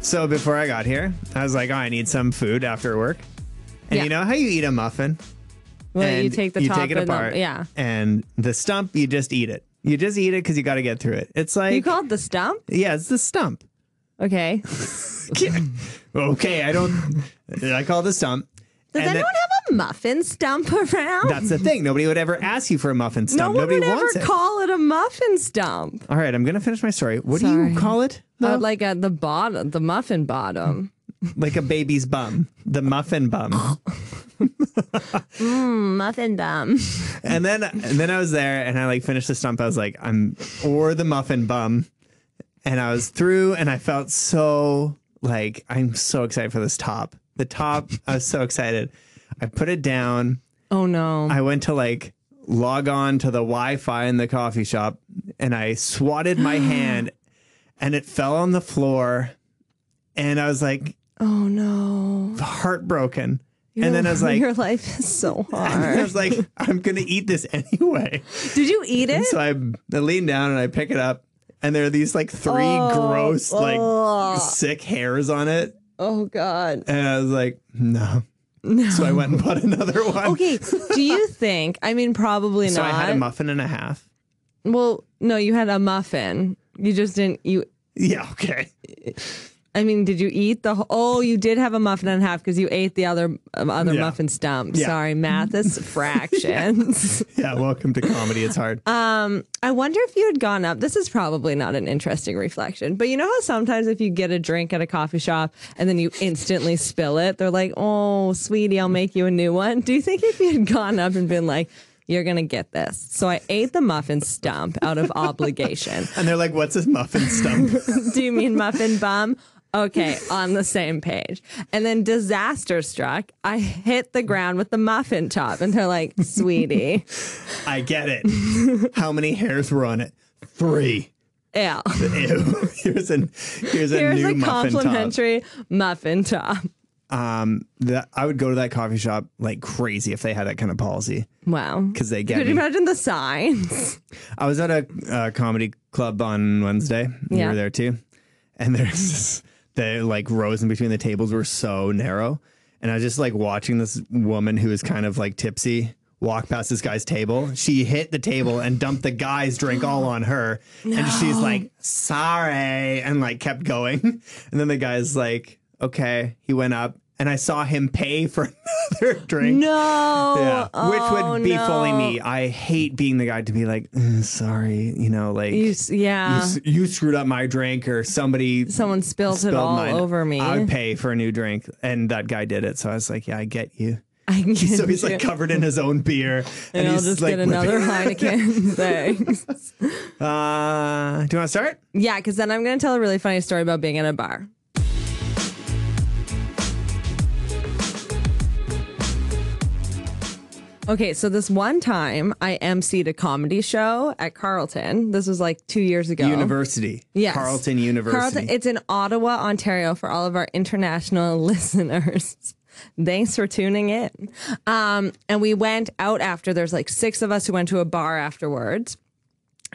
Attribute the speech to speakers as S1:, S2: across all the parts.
S1: So before I got here, I was like, oh, I need some food after work. And
S2: Yeah.
S1: you know how you eat a muffin?
S2: Well, you
S1: And
S2: take the
S1: you
S2: top
S1: take it
S2: and the-
S1: apart.
S2: yeah.
S1: And the stump, you just eat it. You just eat it because you got to get through it. It's like,
S2: You call it the stump?
S1: yeah, it's the stump.
S2: Okay.
S1: okay, I don't. I call the stump.
S2: Does
S1: And then-
S2: anyone have a muffin stump around?
S1: that's the thing. Nobody would ever ask you for a muffin
S2: no
S1: stump.
S2: one
S1: Nobody
S2: would ever
S1: wants it.
S2: call it a muffin stump.
S1: All right, I'm gonna finish my story. What do
S2: Sorry.
S1: you call it? though?
S2: Uh, like at the bottom, the muffin bottom.
S1: like a baby's bum, the muffin bum.
S2: muffin bum.
S1: and then and then I was there and I like finished the stump. I was like, I'm or the muffin bum. And I was through and I felt so like I'm so excited for this top. The top, I was so excited. I put it down.
S2: Oh no.
S1: I went to like log on to the Wi-Fi in the coffee shop and I swatted my hand and it fell on the floor. And I was like
S2: oh no.
S1: heartbroken. and then I was like,
S2: your life is so
S1: And I
S2: hard.
S1: was like, I'm gonna eat this anyway.
S2: Did you eat it?
S1: So I, I lean down and I pick it up, and there are these like three gross, like
S2: oh.
S1: sick hairs on it.
S2: Oh god.
S1: And I was like, no. So I went and bought another one.
S2: Okay, do you think? I mean, probably
S1: So
S2: not.
S1: I had a muffin and a half.
S2: well, no, you had a muffin. You just didn't. You.
S1: Yeah, okay.
S2: I mean, did you eat the? wh- Oh, you did have a muffin and a half because you ate the other um, other
S1: Yeah.
S2: muffin stump.
S1: Yeah.
S2: Sorry, math is fractions.
S1: Yeah, welcome to comedy. It's hard.
S2: Uh, I wonder if you had gone up. This is probably not an interesting reflection, but you know how sometimes if you get a drink at a coffee shop and then you instantly spill it, they're like, "Oh, sweetie, I'll make you a new one." Do you think if you had gone up and been like, "You're gonna get this," so I ate the muffin stump out of obligation.
S1: and they're like, what's this muffin stump?
S2: Do you mean muffin bum? Okay, on the same page. And then disaster struck, I hit the ground with the muffin top, and they're like, "Sweetie,
S1: I get it. How many hairs were on it? Three.
S2: yeah."
S1: Ew. Here's an here's a
S2: Here's
S1: new
S2: a
S1: muffin top.
S2: complimentary muffin top.
S1: Um, that I would go to that coffee shop like crazy if they had that kind of policy.
S2: Wow.
S1: 'Cause they get
S2: Could you
S1: me.
S2: imagine the signs?
S1: I was at a uh, comedy club on Wednesday. You
S2: Yeah.
S1: were there too. And there's this, the like rows in between the tables were so narrow. And I was just like watching this woman who was kind of like tipsy walk past this guy's table. She hit the table and dumped the guy's drink all on her. And she's like, sorry. And like kept going. And then the guy's like, okay. He went up and I saw him pay for another drink.
S2: No.
S1: Yeah, which
S2: Oh,
S1: would be fully
S2: no.
S1: me. I hate being the guy to be like, "Mm, sorry, you know, like
S2: You,
S1: you,
S2: s- yeah.
S1: s- you screwed up my drink or somebody
S2: Someone spilled, it all
S1: mine.
S2: over me.
S1: I would pay for a new drink, and that guy did it. So I was like, yeah, I get you.
S2: I can
S1: So he's like covered in his own beer, and,
S2: and I'll
S1: he's
S2: just
S1: like,
S2: get another
S1: whipping-
S2: Heineken. Thanks.
S1: Uh, do you want to start?
S2: Yeah, because then I'm going to tell a really funny story about being in a bar. Okay, so this one time I emceed a comedy show at Carlton. This was like two years ago.
S1: University,
S2: Yes.
S1: Carleton University.
S2: Carlton, it's in Ottawa, Ontario, for all of our international listeners. Thanks for tuning in. Um, and we went out after, there's like six of us who went to a bar afterwards.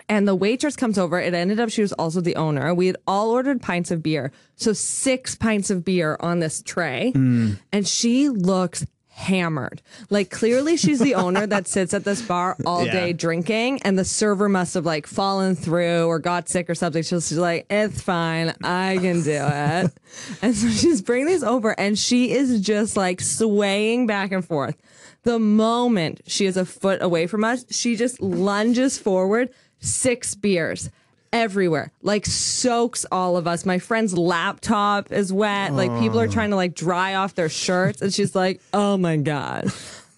S2: And the waitress comes over. It ended up she was also the owner. We had all ordered pints of beer. So six pints of beer on this tray.
S1: Mm.
S2: And she looks hammered. Like clearly she's the owner that sits at this bar all
S1: Yeah.
S2: day drinking. And the server must have like fallen through or got sick or something. She's she's like, it's fine. I can do it. and so she's bringing these over and she is just like swaying back and forth. The moment she is a foot away from us, she just lunges forward six beers everywhere like soaks all of us my friend's laptop is wet like people
S1: Oh.
S2: are trying to like dry off their shirts and she's like oh my god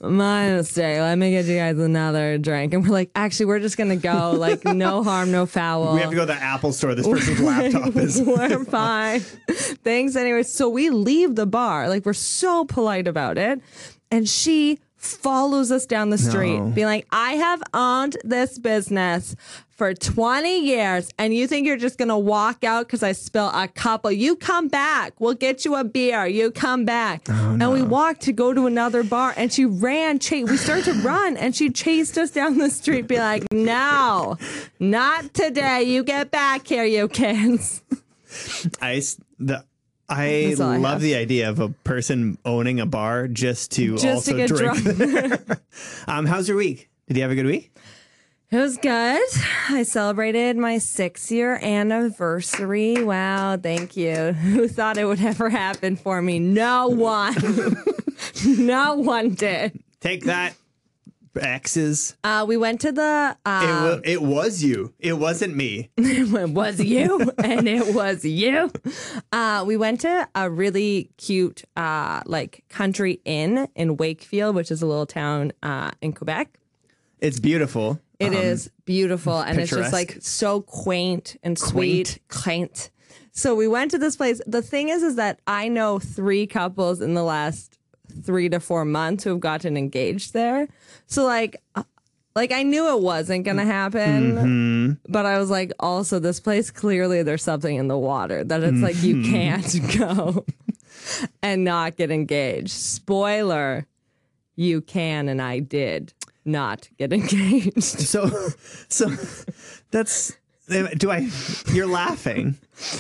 S2: my mistake let me get you guys another drink and we're like actually we're just gonna go like no harm no foul
S1: we have to go to the Apple store. This person's laptop is.
S2: we're fine. Thanks anyway. So we leave the bar. Like we're so polite about it. And she follows us down the street,
S1: No.
S2: being like, I have owned this business for 20 years, and you think you're just gonna walk out because I spill a couple. You come back. We'll get you a beer. You come back. And we walked to go to another bar, and she ran, chase we started to run, and she chased us down the street, be like, No, not today. You get back here, you kids.
S1: I s- the I
S2: That's all I
S1: love
S2: have.
S1: the idea of a person owning a bar just to
S2: Just to
S1: also
S2: get
S1: drink.
S2: drunk.
S1: there. um, how's your week? Did you have a good week?
S2: It was good. I celebrated my six year anniversary. Wow, thank you. Who thought it would ever happen for me? No one. no one did.
S1: Take that, exes.
S2: Uh, we went to the.
S1: It,
S2: Uh,
S1: wa- it was you. It wasn't me.
S2: it was you, and it was you. Uh, we went to a really cute, uh, like country inn in Wakefield, which is a little town uh, in Quebec.
S1: It's beautiful.
S2: It is beautiful and it's just like
S1: picturesque.
S2: so quaint and sweet. Quaint. So we went to this place. The thing is, is that I know three couples in the last three to four months who have gotten engaged there. So like, uh, like I knew it wasn't gonna happen, but I was like, also this place clearly there's something in the water that it's like you can't go and not get engaged. Spoiler, you can and I did not get engaged.
S1: So, so that's. Do I? You're laughing.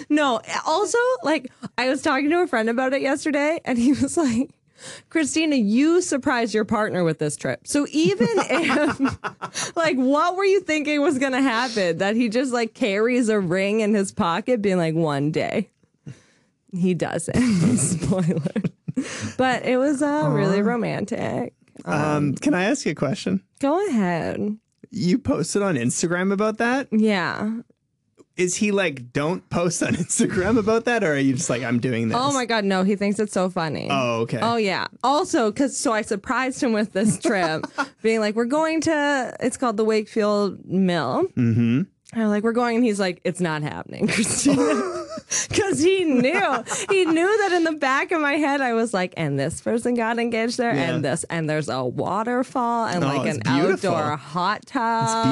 S2: No, also, like, I was talking to a friend about it yesterday, and he was like, Christina, you surprised your partner with this trip. So even if, like, what were you thinking was going to happen? That he just, like, carries a ring in his pocket, being like, one day. He doesn't. Spoiler. But it was uh, really romantic.
S1: Um, can I ask you a question?
S2: Go ahead.
S1: You posted on Instagram about that.
S2: Yeah.
S1: Is he like, don't post on Instagram about that, or are you just like, I'm doing this?
S2: Oh my God, no, he thinks it's so funny.
S1: Oh, okay.
S2: Oh yeah. Also, because so I surprised him with this trip, being like, "We're going to." It's called the Wakefield Mill. Mm-hmm. I'm like, "We're going," and he's like, "It's not happening, Christina," because he knew he knew that in the back of my head, I was like, "And this person got engaged there,
S1: Yeah.
S2: and this, and there's a waterfall, and
S1: Oh,
S2: like
S1: it's
S2: an
S1: beautiful.
S2: outdoor hot tub.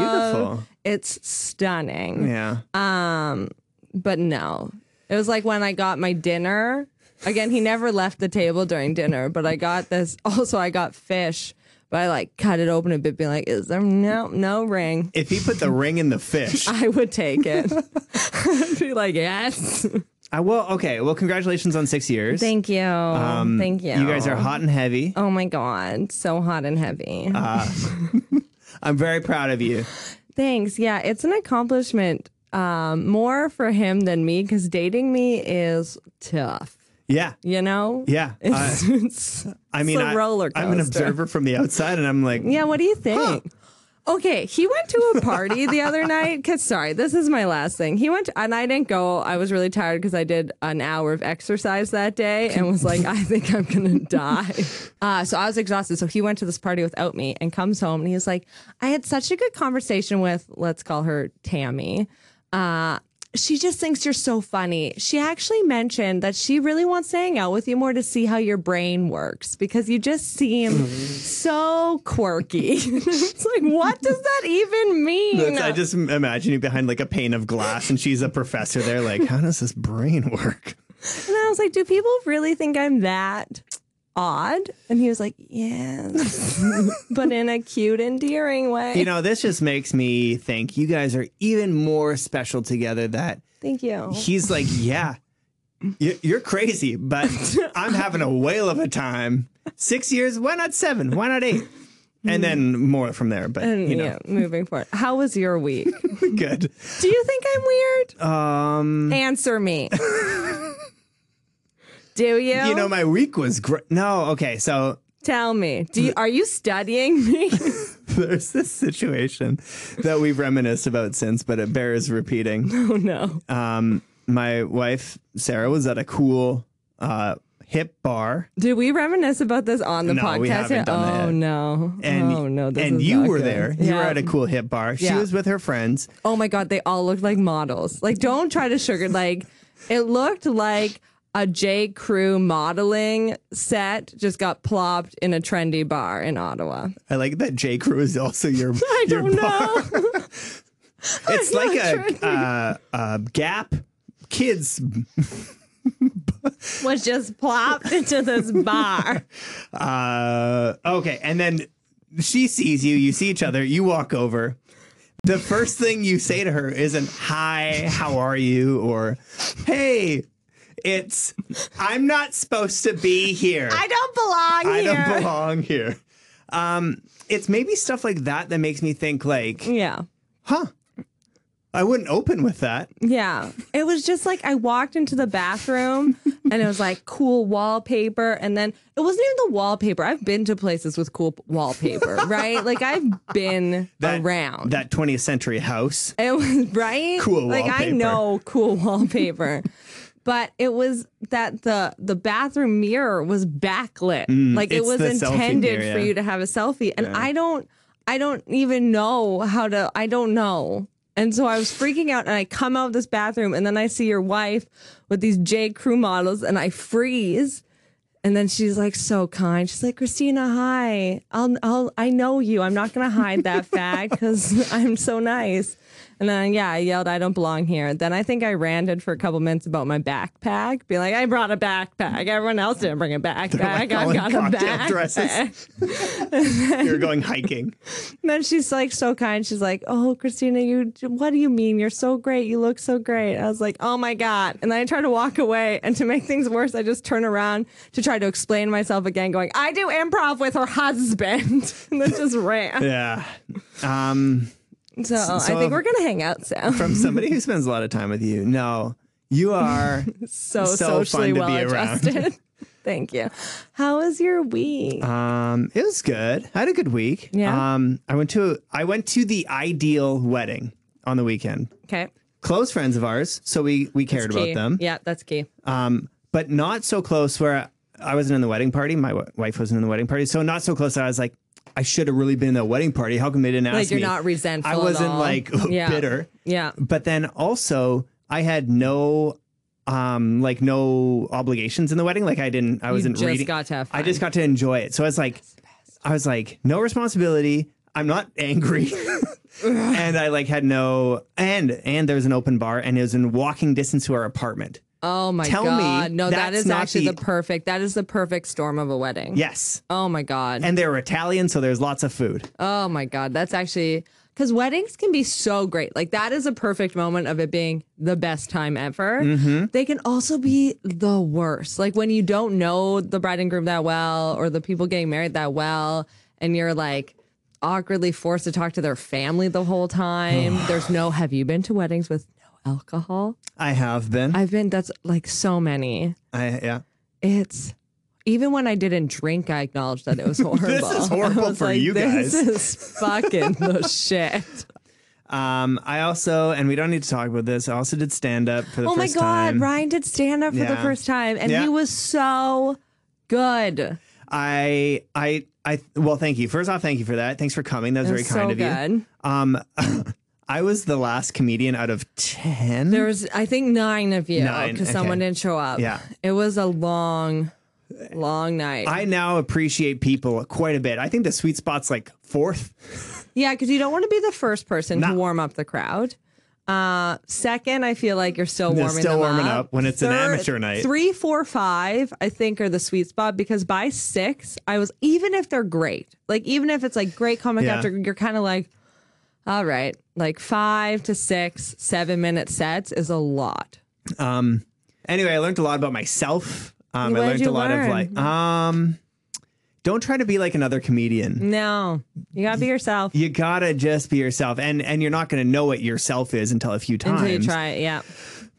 S1: beautiful.
S2: It's stunning."
S1: Yeah.
S2: Uh, but no. It was like when I got my dinner. Again, he never left the table during dinner, but I got this. Also, I got fish, but I like cut it open a bit, being like, "Is there no no ring?"
S1: if he put the ring in the fish,
S2: I would take it. I'd be like, "Yes,
S1: I will. Okay. Well, congratulations on six years.
S2: thank you, thank you."
S1: Um, You guys are hot and heavy.
S2: Oh my god, so hot and heavy.
S1: Uh, I'm very proud of you.
S2: Thanks. Yeah, it's an accomplishment. Um, more for him than me because dating me is tough.
S1: Yeah.
S2: You know.
S1: Yeah. Uh,
S2: It's, it's
S1: I mean,
S2: a
S1: I,
S2: roller
S1: I'm an
S2: coaster.
S1: observer from the outside, and I'm like,
S2: Yeah, what do you think? Okay, he went to a party the other night. Cause sorry, this is my last thing. He went and I didn't go. I was really tired because I did an hour of exercise that day and was like, I think I'm gonna die. Uh, so I was exhausted. So he went to this party without me and comes home and he's like, I had such a good conversation with let's call her Tammy. Uh, she just thinks you're so funny. She actually mentioned that she really wants to hang out with you more to see how your brain works because you just
S1: Mm-hmm.
S2: seem so quirky. it's like, what does that even mean?
S1: That's- I just imagine you behind like a pane of glass, and she's a professor there. Like, how does this brain work?
S2: and I was like, do people really think I'm that odd? And he was like, yes, but in a cute, endearing way.
S1: You know, this just makes me think you guys are even more special together. That
S2: Thank you.
S1: he's like, yeah, you- you're crazy, but I'm having a whale of a time. Six years? Why not seven? Why not eight? And then more from there. But
S2: Hmm. And
S1: you know,
S2: yeah, moving forward. How was your week?
S1: good.
S2: Do you think I'm weird?
S1: Um,
S2: Answer me. Do you?
S1: you know, my week was great. No, okay, so
S2: Tell me. Do you, are you studying me?
S1: there's this situation that we've reminisced about since, but it bears repeating.
S2: oh no.
S1: Um, my wife Sarah was at a cool uh, hip bar,
S2: Did we reminisce about this on the
S1: No,
S2: podcast?
S1: we haven't
S2: yet?
S1: done that
S2: oh
S1: yet.
S2: no.
S1: and
S2: oh no. This
S1: and
S2: is
S1: you
S2: not
S1: were
S2: good.
S1: there. You were
S2: Yeah.
S1: at a cool hip bar. She
S2: Yeah.
S1: was with her friends.
S2: Oh my god, they all looked like models. Like, don't try to sugar. Like, it looked like a J. Crew modeling set just got plopped in a trendy bar in Ottawa.
S1: I like that J Crew is also your.
S2: I
S1: your
S2: don't
S1: bar.
S2: know.
S1: It's like
S2: not
S1: a, uh, a Gap kids.
S2: Was just plopped into this bar.
S1: Uh, okay, and then she sees you. You see each other. You walk over. The first thing you say to her isn't "Hi, how are you?" or "Hey." It's I'm not supposed to be here.
S2: I don't belong
S1: I
S2: here.
S1: don't belong here. Um, it's maybe stuff like that that makes me think like,
S2: Yeah.
S1: huh? I wouldn't open with that.
S2: Yeah. It was just like I walked into the bathroom and it was like cool wallpaper. And then it wasn't even the wallpaper. I've been to places with cool p- wallpaper, right? Like I've been
S1: That-
S2: around.
S1: That 20th century house.
S2: It was right.
S1: Cool
S2: Like I
S1: wallpaper.
S2: know cool wallpaper. But it was that the the bathroom mirror was backlit. like it
S1: Mm, it's
S2: was
S1: the selfie
S2: intended
S1: mirror,
S2: for
S1: yeah.
S2: you to have a selfie. And I don't I don't even know how to I don't know. And so I was freaking out and I come out of this bathroom and then I see your wife with these J. Crew models and I freeze. And then she's like so kind. She's like, Christina, hi. I'll, I'll, I know you. I'm not gonna hide that fact because I'm so nice. And then yeah, I yelled, I don't belong here. Then I think I ranted for a couple minutes about my backpack, being like, I brought a backpack. Everyone else didn't bring a backpack.
S1: like
S2: I
S1: all in
S2: got a
S1: cocktail
S2: backpack.
S1: dresses. You're going hiking.
S2: And then she's like so kind. She's like, "Oh, Christina, you what do you mean? You're so great. You look so great." I was like, "Oh my god!" And then I try to walk away, and to make things worse, I just turn around to try to explain myself again, going, "I do improv with her husband," and then just ran.
S1: Yeah. Um,
S2: So,
S1: so-
S2: I think we're gonna hang out soon.
S1: from somebody who spends a lot of time with you. No, you are.
S2: so,
S1: so fun
S2: socially
S1: to be
S2: well adjusted. Thank you. How was your week?
S1: Um, it was good. I had a good week.
S2: Yeah?
S1: Um, I went to I went to the ideal wedding on the weekend.
S2: okay,
S1: Close friends of ours, so we we cared about
S2: Key.
S1: them.
S2: Yeah, that's key.
S1: Um, but not so close where I wasn't in the wedding party. My w- wife wasn't in the wedding party, so not so close that I was like, I should have really been in the wedding party. How come they didn't ask
S2: Like you're
S1: me?
S2: not resentful.
S1: I
S2: at
S1: wasn't
S2: all.
S1: like
S2: Yeah.
S1: bitter.
S2: Yeah.
S1: But then also, I had no um like no obligations in the wedding. Like I didn't. I
S2: You
S1: wasn't
S2: just
S1: reading.
S2: got to have fun.
S1: I just got to enjoy it. So I was like, I was like, no responsibility. I'm not angry. and I like had no and and there was an open bar and it was in walking distance to our apartment.
S2: Oh my
S1: Tell me
S2: god. no, that
S1: that's
S2: is
S1: not
S2: actually the,
S1: the-
S2: perfect that is the perfect storm of a wedding.
S1: Yes.
S2: Oh my god.
S1: And they were Italian, so there's lots of food.
S2: oh my god. That's actually because weddings can be so great. Like that is a perfect moment of it being the best time ever.
S1: Mm-hmm.
S2: They can also be the worst. Like when you don't know the bride and groom that well or the people getting married that well, and you're like awkwardly forced to talk to their family the whole time. There's no have you been to weddings with no alcohol?
S1: I have been. I,
S2: I've been that's like so many.
S1: yeah.
S2: It's even when I didn't drink, I acknowledged that it was horrible.
S1: is horrible
S2: I was
S1: for you
S2: this
S1: guys."
S2: is fucking the shit.
S1: Um I also and we don't need to talk about this. I also did stand up for the
S2: Oh my
S1: first
S2: god,
S1: time.
S2: Ryan did stand up for the
S1: Yeah.
S2: first time, and he
S1: Yeah.
S2: was so good.
S1: I I I well thank you. First off, thank you for that. Thanks for coming. That was very
S2: so
S1: kind of
S2: good.
S1: you. Um I was the last comedian out of 10.
S2: There was, I think, nine of you
S1: Nine,
S2: because someone
S1: okay.
S2: didn't show up.
S1: Yeah.
S2: it was a long, long night.
S1: I now appreciate people quite a bit. I think the sweet spot's like fourth.
S2: Yeah, because you don't want to be the first person to
S1: No.
S2: warm up the crowd. Uh, second, I feel like you're still
S1: They're
S2: warming
S1: still
S2: them
S1: warming
S2: up.
S1: up when it's an amateur night.
S2: Three, four, five, I think are the sweet spot because by six, I was even if they're great, like even if it's like great comic
S1: Yeah.
S2: after, you're kind of like, all right, like five to six, seven minute sets is a lot.
S1: Um, anyway, I learned a lot about myself. Um,
S2: What
S1: I
S2: did
S1: learned
S2: you
S1: a lot
S2: learn?
S1: of like, um, don't try to be like another comedian.
S2: No, you gotta be yourself
S1: You gotta just be yourself, and and you're not gonna know what yourself is until a few times.
S2: until you try it. Yeah.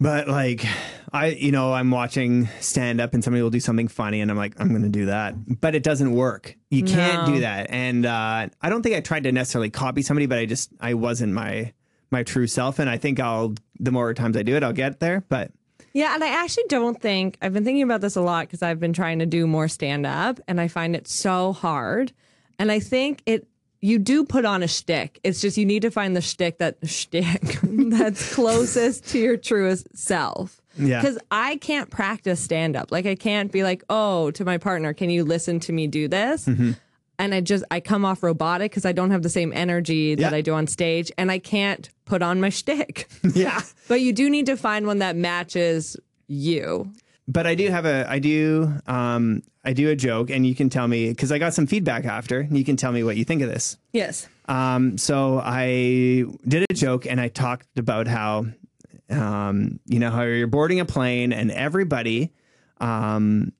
S1: But like, I you know I'm watching stand up, and somebody will do something funny, and I'm like, I'm gonna do that, but it doesn't work. You can't
S2: No.
S1: do that, and uh, I don't think I tried to necessarily copy somebody, but I just I wasn't my my true self, and I think I'll the more times I do it, I'll get there. But
S2: Yeah, and I actually don't think I've been thinking about this a lot because I've been trying to do more stand up and I find it so hard. And I think it you do put on a shtick. It's just you need to find the shtick that shtick that's closest to your truest self.
S1: Yeah.
S2: Because I can't practice stand up. Like I can't be like, oh, to my partner, can you listen to me do this?
S1: Mm-hmm.
S2: And I just I come off robotic because I don't have the same energy that
S1: Yeah.
S2: I do on stage, and I can't put on my shtick.
S1: yeah.
S2: But you do need to find one that matches you.
S1: but I do have a I do um I do a joke and you can tell me because I got some feedback after and you can tell me what you think of this.
S2: Yes.
S1: Um so I did a joke and I talked about how Um, you know how you're boarding a plane and everybody, um,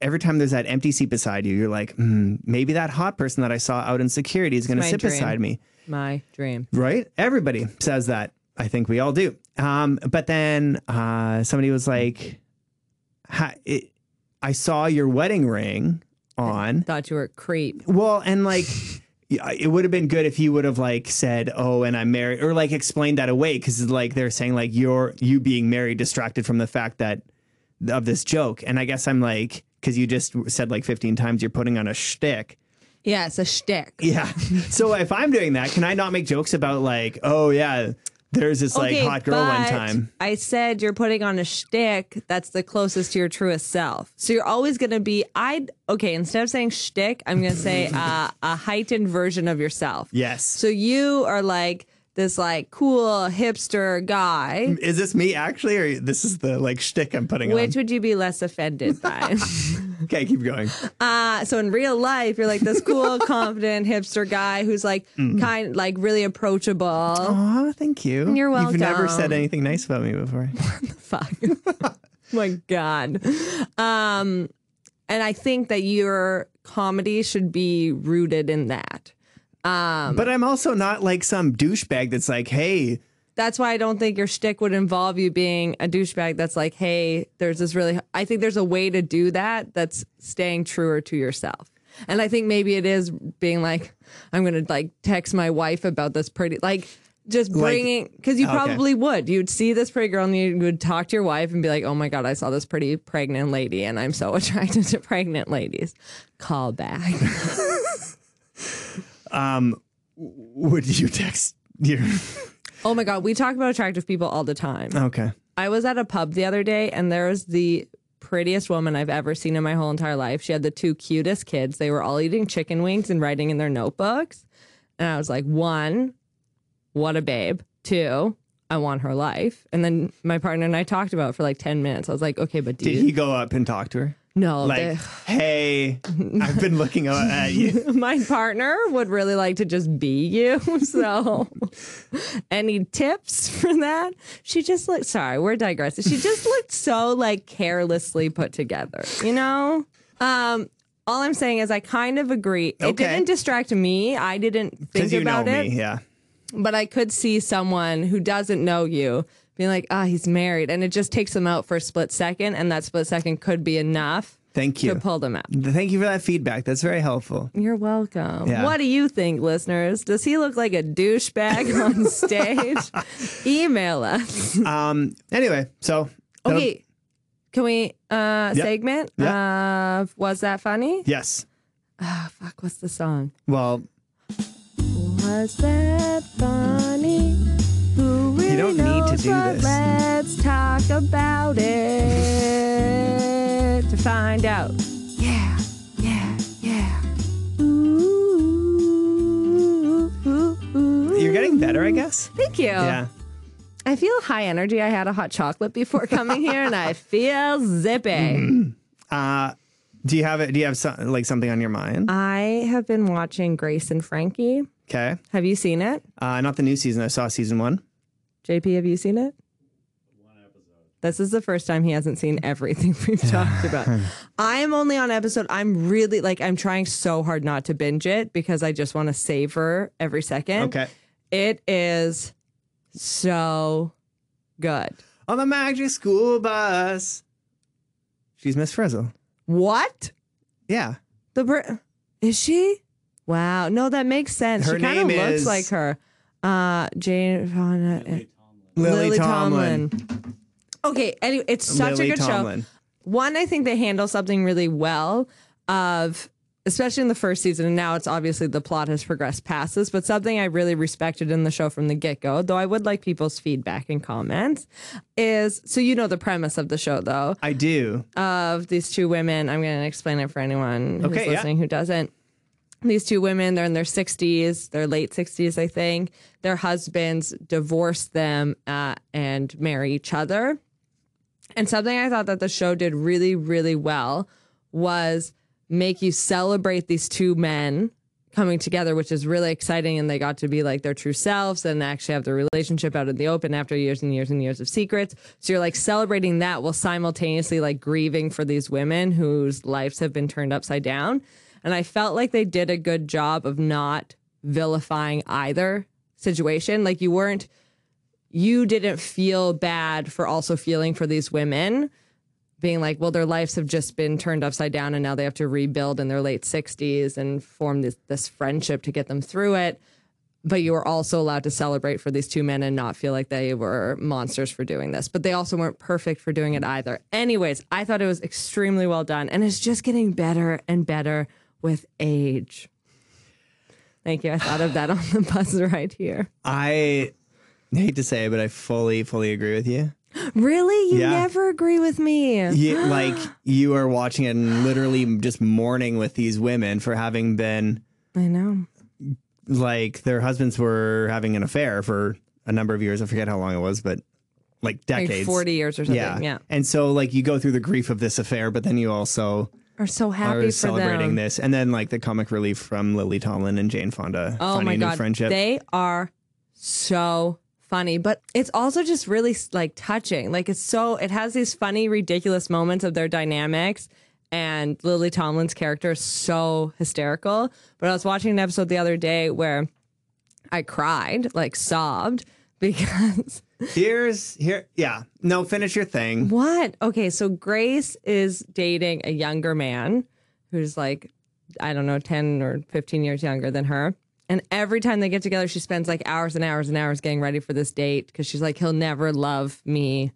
S1: every time there's that empty seat beside you, you're like, "Hmm, maybe that hot person that I saw out in security is going to
S2: my
S1: sit
S2: dream.
S1: beside me
S2: My dream.
S1: right? Everybody says that. I think we all do. Um, but then uh, somebody was like, ha- it, "I saw your wedding ring on."
S2: Thought you were a creep.
S1: Well, and like. yeah, It would have been good if you would have like said, "Oh, and I'm married," or like explained that away because like they're saying like you're you being married distracted from the fact that of this joke. And I guess I'm like because you just said like 15 times you're putting on a shtick,
S2: Yeah, it's a shtick.
S1: yeah. So if I'm doing that, can I not make jokes about like, oh yeah, there's this like hot girl one
S2: but
S1: time.
S2: I said you're putting on a shtick that's the closest to your truest self. So you're always going to be, I, okay, instead of saying shtick, I'm going to say uh, a heightened version of yourself.
S1: Yes.
S2: So you are like this like cool hipster guy.
S1: is this me actually, or this is the like shtick I'm putting
S2: Which would you be less offended by?
S1: on? Okay, keep going.
S2: Uh, so in real life, you're like this cool, confident hipster guy who's like kind, like really approachable.
S1: Aw, thank you.
S2: You're
S1: You've never
S2: welcome.
S1: said anything nice about me before.
S2: fuck. My God. Um, and I think that your comedy should be rooted in that.
S1: but I'm also not like some douchebag that's like, hey,
S2: That's why I don't think your shtick would involve you being a douchebag that's like, hey, there's this really, I think there's a way to do that that's staying truer to yourself. And I think maybe it is being like, I'm going to like text my wife about this pretty, like, just bringing because you
S1: okay.
S2: probably would. You'd see this pretty girl and you would talk to your wife and be like, "Oh my god, I saw this pretty pregnant lady, and I'm so attracted to pregnant ladies." Call back.
S1: would you text your?
S2: oh my god, we talk about attractive people all the time.
S1: okay.
S2: I was at a pub the other day and there was the prettiest woman I've ever seen in my whole entire life. She had the two cutest kids. They were all eating chicken wings and writing in their notebooks. And I was like, one, what a babe. Two, I want her life. And then my partner and I talked about it for like 10 minutes. I was like, okay, but do
S1: Did
S2: you?
S1: he go up and talk to her?
S2: no,
S1: Like, hey, I've been looking o- at you.
S2: the- my partner would really like to just be you. So, any tips for that? She just looked, sorry, we're digressing. She just looked so like carelessly put together, you know? Um, all I'm saying is I kind of agree. It
S1: Okay.
S2: didn't distract me. I didn't think
S1: Because you know
S2: about it
S1: me. Yeah.
S2: but I could see someone who doesn't know you being like, ah, he's married. And it just takes them out for a split second. And that split second could be enough
S1: Thank you.
S2: to pull them out.
S1: Thank you for that feedback. That's very helpful.
S2: You're welcome.
S1: Yeah.
S2: What do you think, listeners? Does he look like a douchebag on stage? Email us.
S1: Um. Anyway, so that'll-
S2: Okay. Can we uh segment? Uh was that funny?
S1: Yes.
S2: Oh, fuck, what's the song?
S1: Well,
S2: Was that funny? Who really
S1: don't need to
S2: knows?
S1: do
S2: But
S1: this.
S2: Let's talk about it to find out. Yeah, yeah, yeah. Ooh, ooh, ooh.
S1: you're getting better, I guess.
S2: Thank you.
S1: Yeah.
S2: I feel high energy. I had a hot chocolate before coming here, and I feel zippy.
S1: Uh, do you have it? Do you have some, like something on your
S2: Uh.
S1: mind?
S2: I have been watching Grace and Frankie.
S1: Okay.
S2: Have you seen it?
S1: Uh, not the new season. I saw season one.
S2: JP, have you seen it? This is the first time he hasn't seen everything we've talked about. I'm only on episode. I'm really like I'm trying so hard not to binge it because I just want to savor every second.
S1: Okay.
S2: It is so good.
S1: On the magic school bus. She's Miss Frizzle.
S2: What?
S1: Yeah.
S2: The Brit is she? Wow. No, that makes sense.
S1: Her
S2: she kind of
S1: name
S2: looks
S1: is-
S2: like her. Uh Jane Fonda.
S1: Lily, Tomlin.
S2: Tomlin. Okay, anyway, it's such
S1: Lily
S2: a good show.
S1: Tomlin.
S2: one i think they handle something really well of especially in the first season and now it's obviously the plot has progressed past this but something i really respected in the show from the get-go though i would like people's feedback and comments is so you know the premise of the show though
S1: I do.
S2: of these two women. I'm going to explain it for anyone
S1: Okay,
S2: who's
S1: yeah.
S2: listening who doesn't. These two women, they're in their 60s, their late 60s, I think. Their husbands divorce them uh, and marry each other. And something I thought that the show did really, really well was make you celebrate these two men coming together, which is really exciting. And they got to be like their true selves and actually have their relationship out in the open after years and years and years of secrets. So you're like celebrating that while simultaneously like grieving for these women whose lives have been turned upside down. And I felt like they did a good job of not vilifying either situation. Like you weren't, you didn't feel bad for also feeling for these women being like, well, their lives have just been turned upside down and now they have to rebuild in their late 60s and form this, this friendship to get them through it. But you were also allowed to celebrate for these two men and not feel like they were monsters for doing this. But they also weren't perfect for doing it either. Anyways, I thought it was extremely well done and it's just getting better and better with age. Thank you. I thought of that on the bus right here.
S1: I hate to say it, but I fully, fully agree with you.
S2: Really? You
S1: Yeah.
S2: never agree with me.
S1: you, like you are watching it and literally just mourning with these women for having been
S2: I know.
S1: like their husbands were having an affair for a number of years. I forget how long it was, but like decades.
S2: Like 40 years or something.
S1: Yeah.
S2: Yeah.
S1: And so like you go through the grief of this affair, but then you also
S2: Are so happy
S1: are
S2: for
S1: celebrating
S2: them.
S1: this. And then like the comic relief from Lily Tomlin and Jane Fonda
S2: Oh
S1: finding
S2: my
S1: a
S2: god,
S1: new friendship.
S2: they are so funny, but it's also just really like touching. Like it's so it has these funny, ridiculous moments of their dynamics, and Lily Tomlin's character is so hysterical. But I was watching an episode the other day where I cried, like sobbed, because
S1: Here's here yeah. No, finish your thing.
S2: What? Okay, so Grace is dating a younger man who's like, I don't know, 10 or 15 years younger than her. And every time they get together, she spends like hours and hours and hours getting ready for this date because she's like, he'll never love me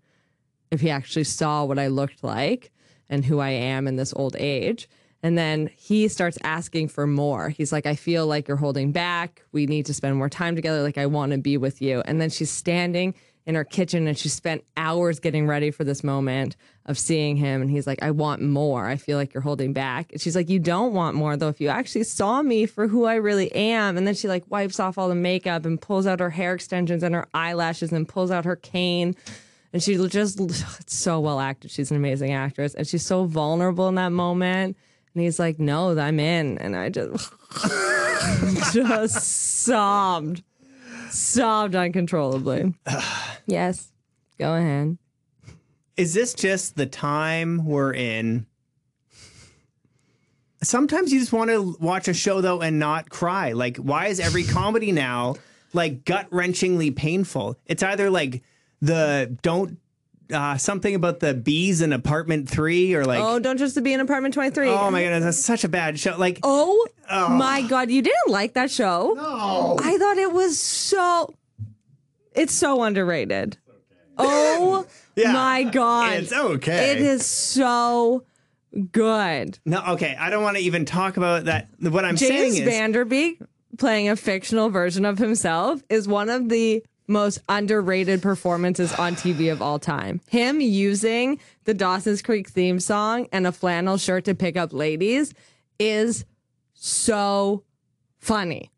S2: if he actually saw what I looked like and who I am in this old age. And then he starts asking for more. He's like, I feel like you're holding back. We need to spend more time together. Like, I want to be with you. And then she's standing in her kitchen and she spent hours getting ready for this moment of seeing him. And he's like, I want more. I feel like you're holding back. And she's like, You don't want more, though, if you actually saw me for who I really am. And then she like wipes off all the makeup and pulls out her hair extensions and her eyelashes and pulls out her cane. And she just it's so well acted. She's an amazing actress, and she's so vulnerable in that moment. And he's like, "No, I'm in," and I just just sobbed, sobbed uncontrollably. yes, go ahead.
S1: Is this just the time we're in? Sometimes you just want to watch a show though and not cry. Like, why is every comedy now like gut wrenchingly painful? It's either like the don't uh, something about the bees in apartment three or like
S2: Oh,
S1: oh,
S2: don't just be in apartment twenty three.
S1: my goodness, that's such a bad show. Like
S2: Oh, my god, you didn't like that show?
S1: oh,
S2: I thought it was so. It's so underrated. Oh
S1: Yeah.
S2: my god,
S1: It's okay.
S2: It is so good.
S1: no, okay. I don't want to even talk about that. What I'm saying
S2: James
S1: is
S2: Vanderbeek playing a fictional version of himself is one of the most underrated performances on TV of all time. Him using the Dawson's Creek theme song and a flannel shirt to pick up ladies is so funny.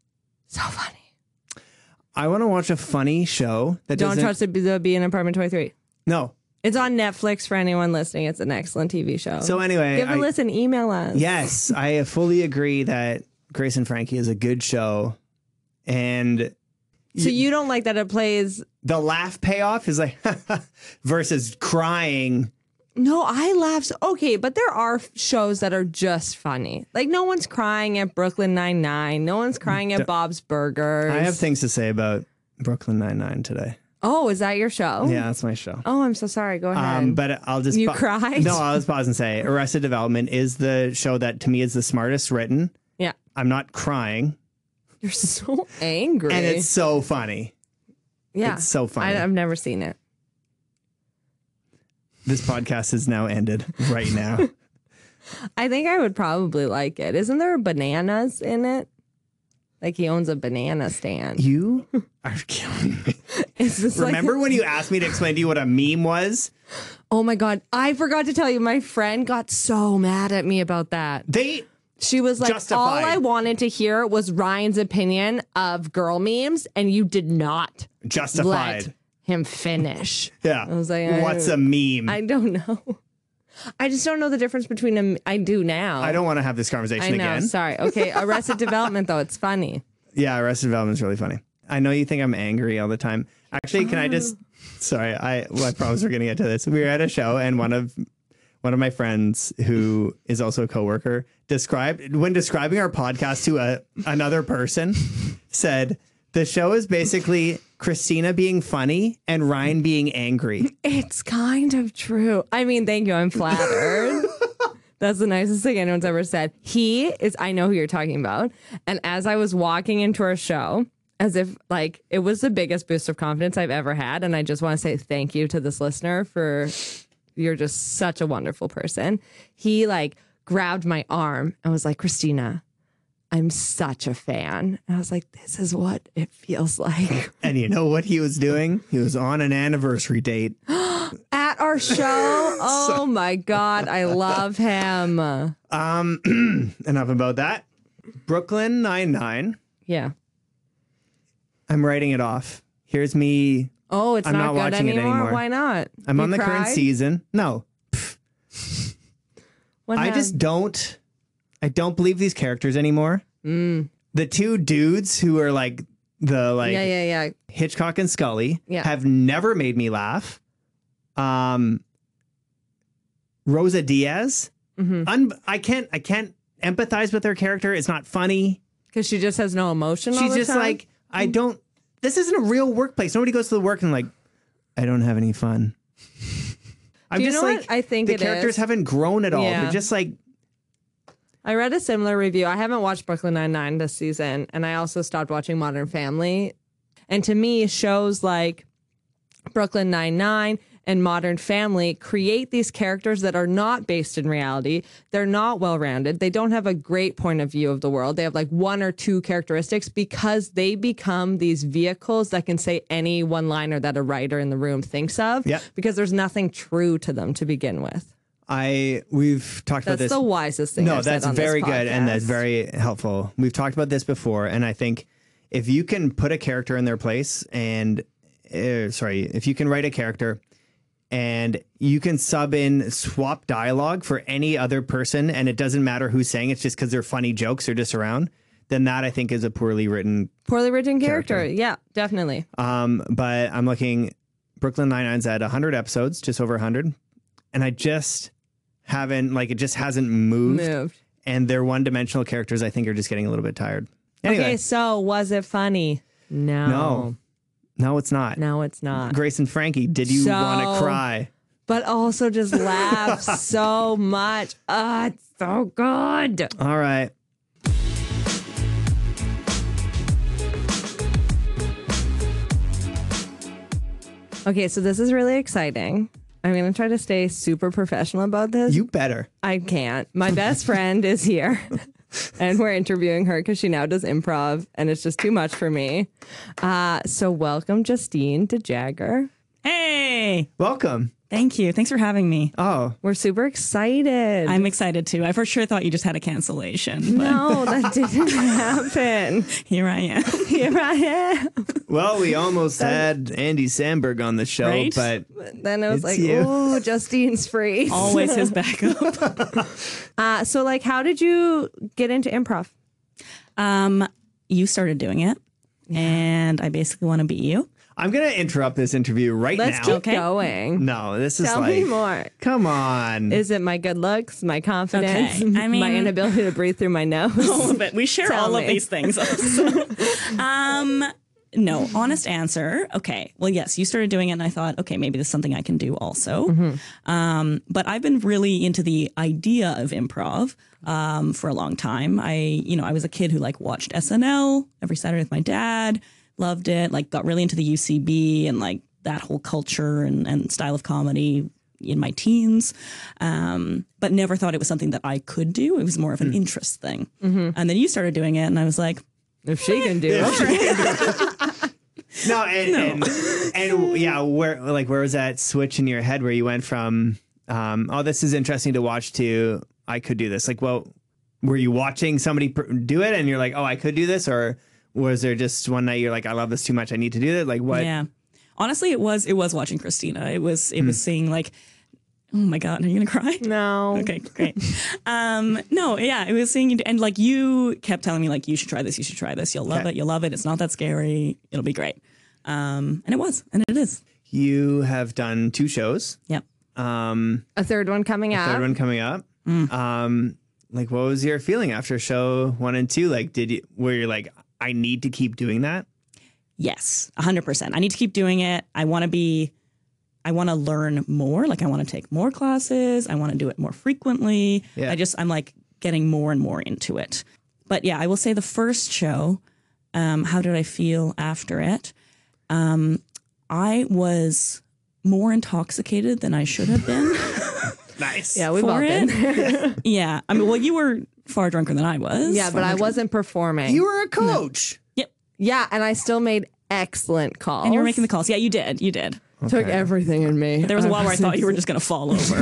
S2: So funny.
S1: I want to watch a funny show that
S2: Don't
S1: doesn't
S2: trust it to be in apartment 23.
S1: no.
S2: It's on Netflix for anyone listening. It's an excellent TV show.
S1: So anyway,
S2: give it a
S1: I-
S2: listen. Email us.
S1: Yes, I fully agree that Grace and Frankie is a good show, and
S2: So you don't like that it plays?
S1: the laugh payoff is like versus crying.
S2: No, I laughed. Okay, but there are f- shows that are just funny. Like no one's crying at Brooklyn Nine Nine. No one's crying at Bob's Burgers.
S1: I have things to say about Brooklyn Nine Nine today.
S2: oh, is that your show?
S1: Yeah, that's my show.
S2: Oh, I'm so sorry. Go ahead.
S1: Um, but I'll just
S2: You cried?
S1: No, I'll just pause and say Arrested Development is the show that to me is the smartest written.
S2: yeah,
S1: I'm not crying,
S2: you're so angry.
S1: and it's so funny.
S2: yeah,
S1: it's so funny.
S2: I, I've never seen it.
S1: This podcast is now ended right now.
S2: I think I would probably like it. Isn't there bananas in it? Like he owns a banana stand.
S1: you are killing me.
S2: It's just like-
S1: Remember when you asked me to explain to you what a meme was?
S2: oh my god, I forgot to tell you. My friend got so mad at me about that.
S1: They
S2: She was like,
S1: Justified.
S2: all I wanted to hear was Ryan's opinion of girl memes, and you did not
S1: justified.
S2: let him finish.
S1: yeah.
S2: was like, I-
S1: What's a meme?
S2: I don't know. I just don't know the difference between them. I do now.
S1: I don't want to have this
S2: I
S1: conversation
S2: know.
S1: again.
S2: Sorry. Okay. Arrested Development though, it's funny.
S1: Yeah, Arrested Development's really funny. I know you think I'm angry all the time. Actually, can I just?
S2: Oh.
S1: Sorry, I well, I promise we're gonna get to this. We were at a show, and one of one of my friends who is also a coworker described when describing our podcast to a another person said the show is basically Christina being funny and Ryan being angry.
S2: It's kind of true. I mean, thank you. I'm flattered. That's the nicest thing anyone's ever said. He is, I know who you're talking about. And as I was walking into our show, as if like it was the biggest boost of confidence I've ever had. And I just want to say thank you to this listener for you're just such a wonderful person. He like grabbed my arm and was like, Christina, I'm such a fan. And I was like, this is what it feels like.
S1: And you know what he was doing? He was on an anniversary date.
S2: at our show. Oh my god, I love him.
S1: Um, Enough about that. Brooklyn Nine Nine.
S2: Yeah.
S1: I'm writing it off. Here's me
S2: Oh, it's
S1: I'm not
S2: not, good
S1: watching it
S2: anymore?
S1: anymore.
S2: Why not?
S1: I'm
S2: You
S1: on the current
S2: cried?
S1: season. No,
S2: What
S1: I
S2: happened?
S1: just don't. I don't believe these characters anymore. The two dudes who are like the like
S2: Mm. yeah, yeah, yeah.
S1: Hitchcock and Scully
S2: Yeah.
S1: have never made me laugh. Um, Rosa Diaz.
S2: Mm-hmm.
S1: Un- I can't. I can't empathize with her character. It's not funny.
S2: Because she just has no emotion. all
S1: She's
S2: the
S1: just
S2: time? Mm.
S1: like I don't. This isn't a real workplace. Nobody goes to the work and like I don't have any fun. I'm
S2: Do you
S1: just
S2: know what
S1: like
S2: I think
S1: the
S2: it
S1: characters
S2: is?
S1: haven't grown at all.
S2: Yeah.
S1: They're just like
S2: I read a similar review. I haven't watched Brooklyn Nine Nine this season, and I also stopped watching Modern Family. And to me, shows like Brooklyn Nine Nine and Modern Family create these characters that are not based in reality. They're not well rounded. They don't have a great point of view of the world. They have like one or two characteristics because they become these vehicles that can say any one liner that a writer in the room thinks of.
S1: Yep.
S2: Because there's nothing true to them to begin with.
S1: I we've talked about
S2: That's
S1: this.
S2: the wisest thing.
S1: no,
S2: I've said
S1: that's
S2: on this
S1: very good and that's
S2: podcast.
S1: very helpful. We've talked about this before, and I think if you can put a character in their place, and uh, sorry, if you can write a character, and you can sub in swap dialogue for any other person, and it doesn't matter who's saying it, it's just because they're funny jokes or just around. Then that I think is a poorly written.
S2: poorly written character. Yeah, definitely.
S1: Um, but I'm looking. Brooklyn Nine Nine's at 100 episodes, just over 100, and I just haven't like it. Just hasn't
S2: Moved.
S1: and their one-dimensional characters I think are just getting a little bit tired. Anyway,
S2: Okay, so was it funny? No.
S1: no, no, it's not.
S2: No, it's not.
S1: Grace and Frankie, did you
S2: So-
S1: want to cry?
S2: But also just laugh so much. Ah, it's so good.
S1: All right.
S2: Okay, so this is really exciting. I'm going to try to stay super professional about this.
S1: You better.
S2: I can't. My best friend is here. And we're interviewing her because she now does improv, and it's just too much for me. Uh, so, welcome, Justine to Jagger.
S3: Hey,
S1: Welcome.
S3: thank you. Thanks for having me.
S1: Oh,
S2: We're super excited.
S3: I'm excited too. I for sure thought you just had a cancellation, but
S2: no, that didn't happen.
S3: here I am.
S2: Here I am.
S1: well, we almost had Andy Sandberg on the show,
S3: Right?
S1: but
S2: Then it was
S1: It's
S2: like,
S1: you.
S2: ooh, Justine's free.
S3: Always his backup.
S2: Uh, so, like, how did you get into improv?
S3: Um, you started doing it, and I basically want to be you.
S1: I'm gonna interrupt this interview right
S2: Let's
S1: now.
S2: keep
S3: Okay.
S2: going.
S1: No, this is
S2: Tell
S1: like.
S2: me more.
S1: Come on.
S2: Is it my good looks, my confidence,
S3: Okay.
S2: my
S3: I mean-
S2: inability to breathe through my nose?
S3: All of it. We share
S2: Tell
S3: all
S2: me.
S3: of these things. also. um, no, honest answer. Okay. Well, yes, you started doing it, and I thought, okay, maybe this is something I can do also. Um, but I've been really into the idea of improv um, for a long time. I, you know, I was a kid who like watched SNL every Saturday with my dad, loved it, like got really into the UCB and like that whole culture and, and style of comedy in my teens, um, but never thought it was something that I could do. It was more of an interest thing. And then you started doing it, and I was like,
S2: if she can do it.
S1: no, and, and and yeah, where like where was that switch in your head where you went from um, oh this is interesting to watch to I could do this? Like, well, were you watching somebody pr- do it and you're like, oh, I could do this, or was there just one night you're like, I love this too much, I need to do that? Like, what?
S3: Yeah. Honestly, it was it was watching Christina. It was it was seeing like Oh my God, are you gonna cry?
S2: No.
S3: Okay, great. um, no, yeah, it was seeing you, and like you kept telling me, like you should try this, you should try this, you'll love
S1: Okay.
S3: it, you'll love it. It's not that scary, it'll be great. Um, and it was, and it is.
S1: You have done two shows.
S3: Yep.
S1: Um,
S2: A third one coming out.
S1: third one coming up. Um, like, what was your feeling after show one and two? Like, did you were you like, I need to keep doing that?
S3: Yes, 100%. I need to keep doing it. I want to be, I want to learn more. Like, I want to take more classes. I want to do it more frequently.
S1: Yeah.
S3: I just, I'm like getting more and more into it. But yeah, I will say the first show, um, how did I feel after it? Um, I was more intoxicated than I should have been.
S1: Nice.
S2: yeah, we've all
S3: for it.
S2: been.
S3: yeah. I mean, well, you were far drunker than I was.
S2: yeah, but I wasn't performing.
S1: You were a coach.
S3: Yep.
S2: yeah, and I still made excellent calls.
S3: And you were making the calls. Yeah, you did. You did.
S2: took everything in me.
S3: There was a while where I thought you were just going to fall over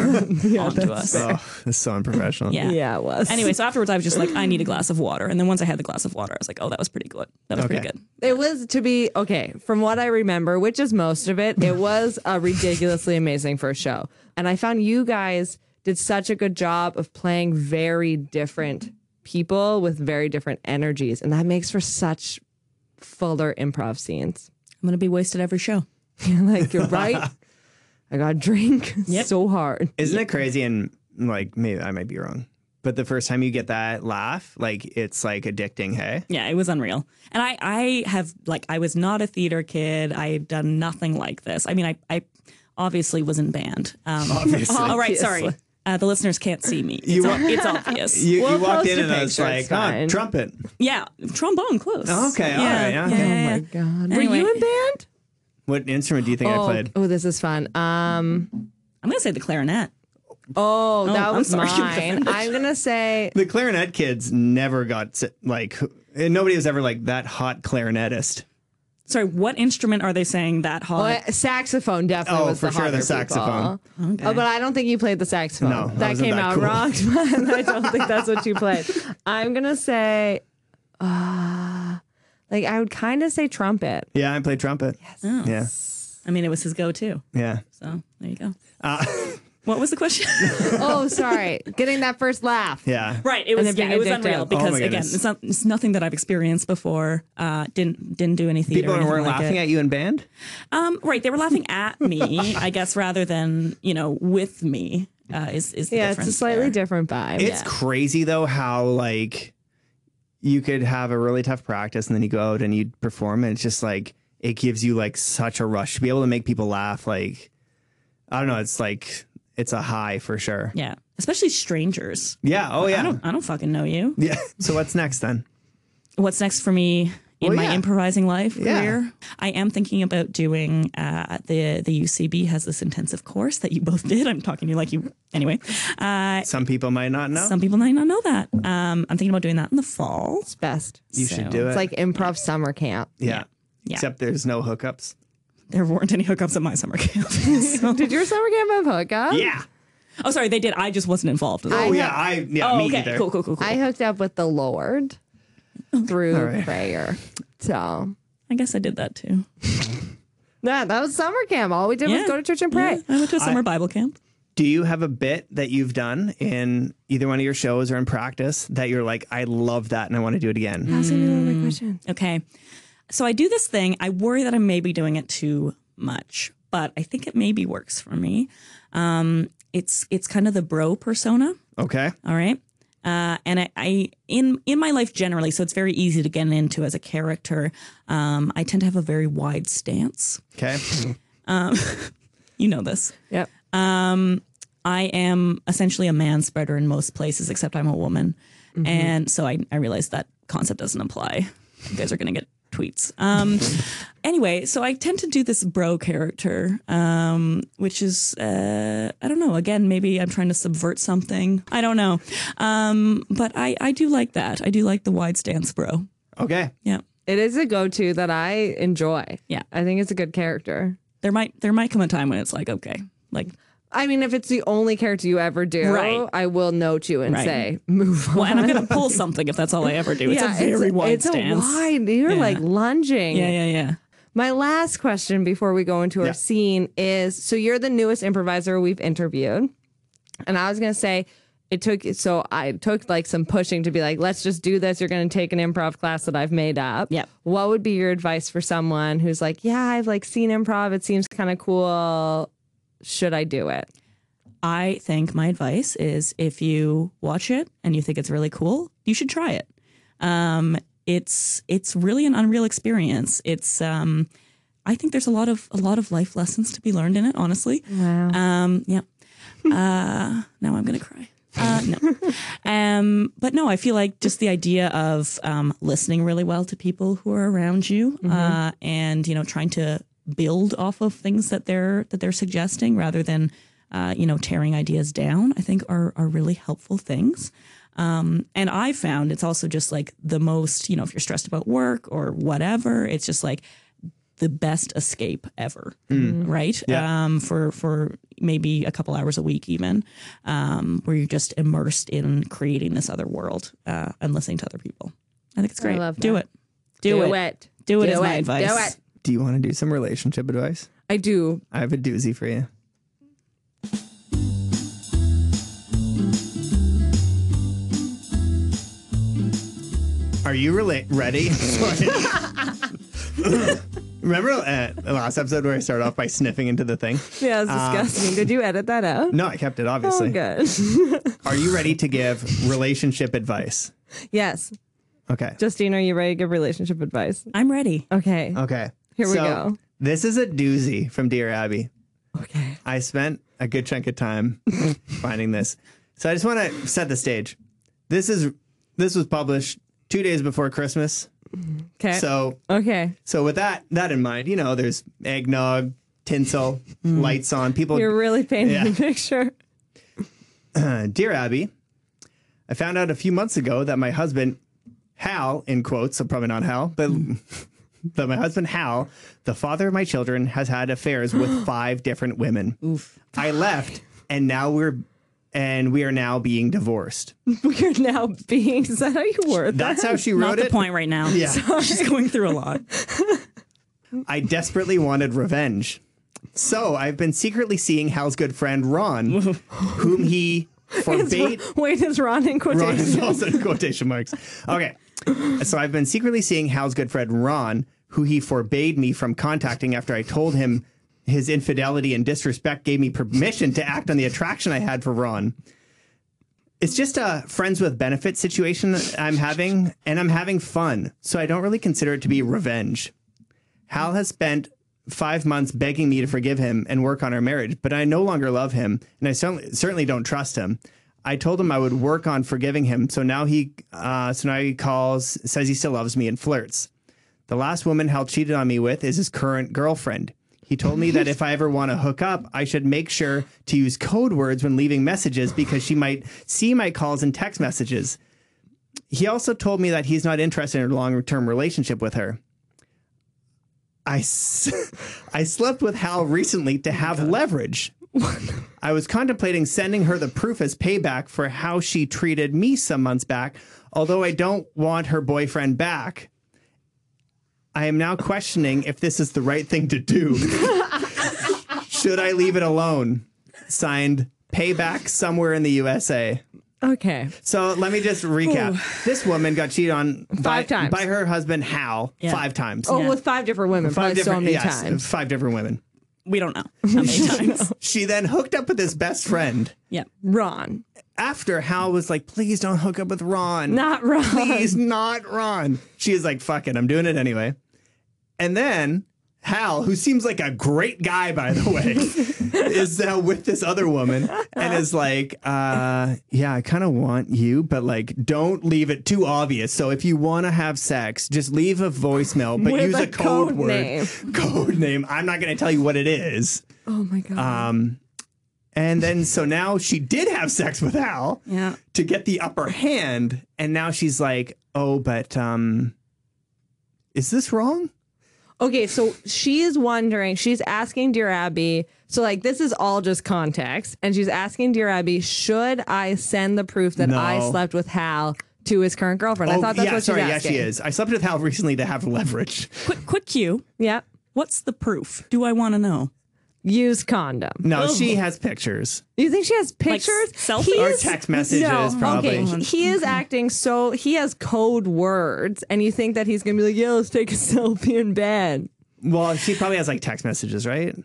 S3: onto us.
S1: Oh, that's so unprofessional.
S3: Yeah.
S2: Yeah, it was.
S3: Anyway, so afterwards, I was just like, I need a glass of water. And then once I had the glass of water, I was like, oh, that was pretty good. That was
S1: Okay.
S3: pretty good.
S2: It was to be okay, from what I remember, which is most of it, it was a ridiculously amazing first show. And I found you guys did such a good job of playing very different people with very different energies. And that makes for such fuller improv scenes.
S3: I'm going to be wasted every show.
S2: You're like, you're right. I got a drink so hard.
S1: Isn't it crazy? And like, maybe I might be wrong, but the first time you get that laugh, like, it's like addicting. Hey,
S3: Yeah, it was unreal. And I, I have, like, I was not a theater kid. I had done nothing like this. I mean, I, I obviously was in band. Um,
S1: Obviously.
S3: All right, sorry. Uh, the listeners can't see me. It's,
S1: You
S3: ob-
S1: wa-
S3: it's obvious.
S1: you, you
S2: We'll
S1: walked
S2: post
S1: in
S2: a
S1: and I was
S2: picture, it's
S1: like, oh,
S2: fine.
S1: trumpet.
S3: yeah, trombone, close.
S1: Okay, all right, yeah. Oh
S2: Oh my God. Were
S3: Eh. Anyway.
S2: you in band?
S1: What instrument do you think I
S2: Oh,
S1: played?
S2: oh, this is fun. Um,
S3: I'm going to say the clarinet.
S2: oh, that
S3: I'm
S2: was
S3: sorry.
S2: mine. I'm gonna say
S1: The clarinet kids never got s- like, and nobody was ever like that hot clarinetist.
S3: Sorry, what instrument are they saying that hot?
S2: Well, Oh, saxophone definitely
S1: Oh,
S2: was
S1: for
S2: the
S1: sure the
S2: harder
S1: saxophone.
S2: people. Oh, but I don't think you played the saxophone.
S1: No, I
S2: that
S1: wasn't
S2: came
S1: that
S2: out
S1: cool.
S2: wrong. I don't think that's what you played. I'm gonna say, uh, like I would kind of say trumpet.
S1: Yeah, I played trumpet.
S3: Oh.
S1: Yeah,
S3: I mean, it was his go-to.
S1: yeah.
S3: So there you go.
S1: Uh,
S3: What was the question?
S2: Oh, sorry, getting that first laugh.
S1: yeah.
S3: Right. It
S2: And
S3: was
S2: then
S3: yeah,
S2: being
S3: it was
S2: addicted.
S3: unreal
S2: Oh
S3: because
S1: my
S3: again,
S1: goodness.
S3: it's not it's nothing that I've experienced before. Uh, didn't didn't do any theater.
S1: People
S3: or anything
S1: were
S3: like
S1: laughing
S3: it.
S1: at you in band.
S3: Um, right. They were laughing at me, I guess, rather than you know with me. Uh, is is the
S2: Yeah, it's
S3: difference
S2: a slightly
S3: there.
S2: different vibe.
S1: It's crazy though how like you could have a really tough practice and then you go out and you perform and it's just like it gives you like such a rush to be able to make people laugh. Like I don't know, it's like it's a high for sure. Yeah.
S3: Yeah, especially strangers.
S1: oh
S3: I
S1: yeah.
S3: don't I don't fucking know you.
S1: Yeah. So what's next then?
S3: What's next for me? In
S1: Well,
S3: my
S1: yeah.
S3: improvising life
S1: Yeah.
S3: career, I am thinking about doing uh, the the UCB has this intensive course that you both did. I'm talking to you like you anyway. Uh,
S1: Some people might not know.
S3: Some people might not know that. Um, I'm thinking about doing that in the fall.
S2: It's best.
S1: you
S3: so
S1: should do it.
S2: It's like improv summer camp.
S1: yeah.
S3: Yeah.
S1: Except there's no hookups.
S3: There weren't any hookups at my summer camp. So-
S2: Did your summer camp have hookup?
S1: Yeah.
S3: oh, sorry, they did. I just wasn't involved.
S1: Oh
S2: I
S1: yeah,
S2: have-
S1: I yeah,
S3: oh,
S1: me
S3: okay.
S1: either.
S3: Cool, cool, cool, cool.
S2: I
S3: I,
S2: hooked up with the Lord through
S1: right.
S2: prayer. So
S3: guess I did that too.
S2: Yeah, that was summer camp. All we did
S3: Yeah.
S2: was go to church and pray.
S3: I went to a summer Bible camp.
S1: Do you have a bit that you've done in either one of your shows or in practice that you're like, I love that and I want to do it again?
S2: That's gonna be one of my questions.
S3: Okay. So I do this thing. I worry that I may be doing it too much, but I think it maybe works for me. Um, it's it's kind of the bro persona.
S1: Okay.
S3: All right. Uh, and I, I in in my life generally, so it's very easy to get into as a character. Um, I tend to have a very wide stance.
S1: Okay.
S3: You know this.
S2: Yep.
S3: I am essentially a man spreader in most places, except I'm a woman.
S2: Mm-hmm.
S3: And so I, I realized that concept doesn't apply. You guys are going to get tweets. Um, anyway, so I tend to do this bro character, um, which is, uh, I don't know, again, maybe I'm trying to subvert something. I don't know. Um, but I, I do like that. I do like the wide stance bro.
S1: Okay.
S3: Yeah.
S2: It is a go to that I enjoy.
S3: Yeah.
S2: I think it's a good character.
S3: There might, there might come a time when it's like, okay, like,
S2: I mean, if it's the only character you ever do,
S3: Right.
S2: I will note you and
S3: Right.
S2: say, move on.
S3: well, and I'm going to pull something if that's all I ever do. It's
S2: Yeah,
S3: a very wide
S2: it's
S3: stance.
S2: A wide, you're
S3: Yeah.
S2: like lunging.
S3: yeah, yeah, yeah.
S2: My last question before we go into our
S1: Yeah.
S2: scene is so you're the newest improviser we've interviewed. And I was gonna say it took so I took like some pushing to be like, let's just do this. You're gonna take an improv class that I've made up.
S3: Yep.
S2: What would be your advice for someone who's like, yeah, I've like seen improv. It seems kind of cool. Should I do it?
S3: I think my advice is if you watch it and you think it's really cool, you should try it. Um, it's it's really an unreal experience. It's um, I think there's a lot of a lot of life lessons to be learned in it. Honestly,
S2: Wow.
S3: um, yeah. Uh, now I'm gonna cry. Uh, no, um, but no, I feel like just the idea of um, listening really well to people who are around you, uh, and you know, trying to build off of things that they're that they're suggesting rather than uh, you know tearing ideas down. I think are are really helpful things. Um, and I found it's also just like the most you know if you're stressed about work or whatever, it's just like the best escape ever,
S1: Mm.
S3: right? Um, for for maybe a couple hours a week, even, um, where you're just immersed in creating this other world uh, and listening to other people. I think it's great.
S2: love
S3: do
S2: that.
S3: it. Do, it. Do it is my advice.
S2: Do it.
S1: Do you want to do some relationship advice?
S2: I do.
S1: I have a doozy for you. Are you rela- ready? Sorry. Remember uh, the last episode where I started off by sniffing into the thing?
S2: Yeah, it's
S3: Um,
S2: disgusting. Did you edit that out?
S1: No, I kept it,
S2: Oh,
S1: obviously.
S2: good.
S1: Are you ready to give relationship advice?
S2: yes.
S1: Okay.
S2: Justine, are you ready to give relationship advice?
S3: I'm ready.
S2: Okay.
S1: Okay.
S2: Here we
S1: So,
S2: go.
S1: This is a doozy from Dear Abby.
S2: Okay.
S1: I spent a good chunk of time finding this. So I just want to set the stage. This is this was published 2 days before Christmas.
S2: Okay.
S1: So
S2: okay.
S1: so with that that in mind, you know, there's eggnog, tinsel, lights on. People
S2: You're really painting
S1: Yeah.
S2: the picture.
S1: Uh, Dear Abby, I found out a few months ago that my husband, Hal, in quotes, so probably not Hal, but that my husband, Hal, the father of my children, has had affairs with five different women. Oof. I left, and now we're and we are now being divorced.
S2: We're now being. Is that how you word that?
S1: That's how she
S3: Not
S1: wrote
S3: the
S1: it.
S3: point right now.
S1: Yeah.
S3: She's going through a lot.
S1: I desperately wanted revenge. So I've been secretly seeing Hal's good friend Ron, whom he forbade
S2: It's- Wait, is Ron in
S1: Ron is
S2: quotation?
S1: also in quotation marks. Okay. So I've been secretly seeing Hal's good friend Ron, who he forbade me from contacting after I told him his infidelity and disrespect gave me permission to act on the attraction I had for Ron. It's just a friends with benefits situation that I'm having, and I'm having fun, so I don't really consider it to be revenge. Hal has spent five months begging me to forgive him and work on our marriage, but I no longer love him, and I certainly, certainly don't trust him. I told him I would work on forgiving him, so now he, uh, so now he calls, says he still loves me, and flirts. The last woman Hal cheated on me with is his current girlfriend. He told me that if I ever want to hook up, I should make sure to use code words when leaving messages because she might see my calls and text messages. He also told me that he's not interested in a long term relationship with her. I, s- I slept with Hal recently to have leverage. I was contemplating sending her the proof as payback for how she treated me some months back, although I don't want her boyfriend back. I am now questioning if this is the right thing to do. Should I leave it alone? Signed, payback somewhere in the USA.
S2: Okay.
S1: So let me just recap. This woman got cheated on by,
S2: Five times.
S1: by her husband Hal five times.
S2: Oh, with five different women,
S1: Five
S2: probably so many
S1: yes,
S2: times.
S1: Five different women.
S3: We don't know how many times.
S1: She then hooked up with his best friend.
S3: Yeah.
S2: Ron,
S1: After Hal was like, please don't hook up with Ron.
S2: not Ron.
S1: Please not Ron. She is like, fuck it, I'm doing it anyway. And then Hal, who seems like a great guy, by the way, is now with this other woman and is like, uh, yeah, I kind of want you, but like, don't leave it too obvious. So if you want to have sex, just leave a voicemail, but
S2: With
S1: use
S2: a
S1: a code,
S2: code
S1: word.
S2: name.
S1: Code name. I'm not going to tell you what it is.
S2: Oh my god.
S1: Um, and then so now she did have sex with Al
S3: Yeah.
S1: to get the upper hand, and now she's like, "Oh, but um, is this wrong?"
S2: Okay, so she is wondering, she's asking Dear Abby, so like this is all just context, and she's asking Dear Abby, should I send the proof that I
S1: No.
S2: slept with Hal to his current girlfriend? I
S1: oh,
S2: thought that's
S1: yeah,
S2: what
S1: sorry,
S2: she's
S1: yeah,
S2: asking.
S1: she is. I slept with Hal recently to have leverage.
S3: Quick, quick cue.
S2: Yep.
S3: What's the proof? Do I want to know?
S2: used condom.
S1: No, she has pictures.
S2: You think she has pictures?
S3: selfies?
S2: He
S3: Or
S2: is-
S1: text messages,
S2: No,
S1: probably.
S2: Okay, he, he is acting so he has code words, and you think that he's gonna be like, "Yo, let's take a selfie in bed."
S1: Well, she probably has like text messages, right?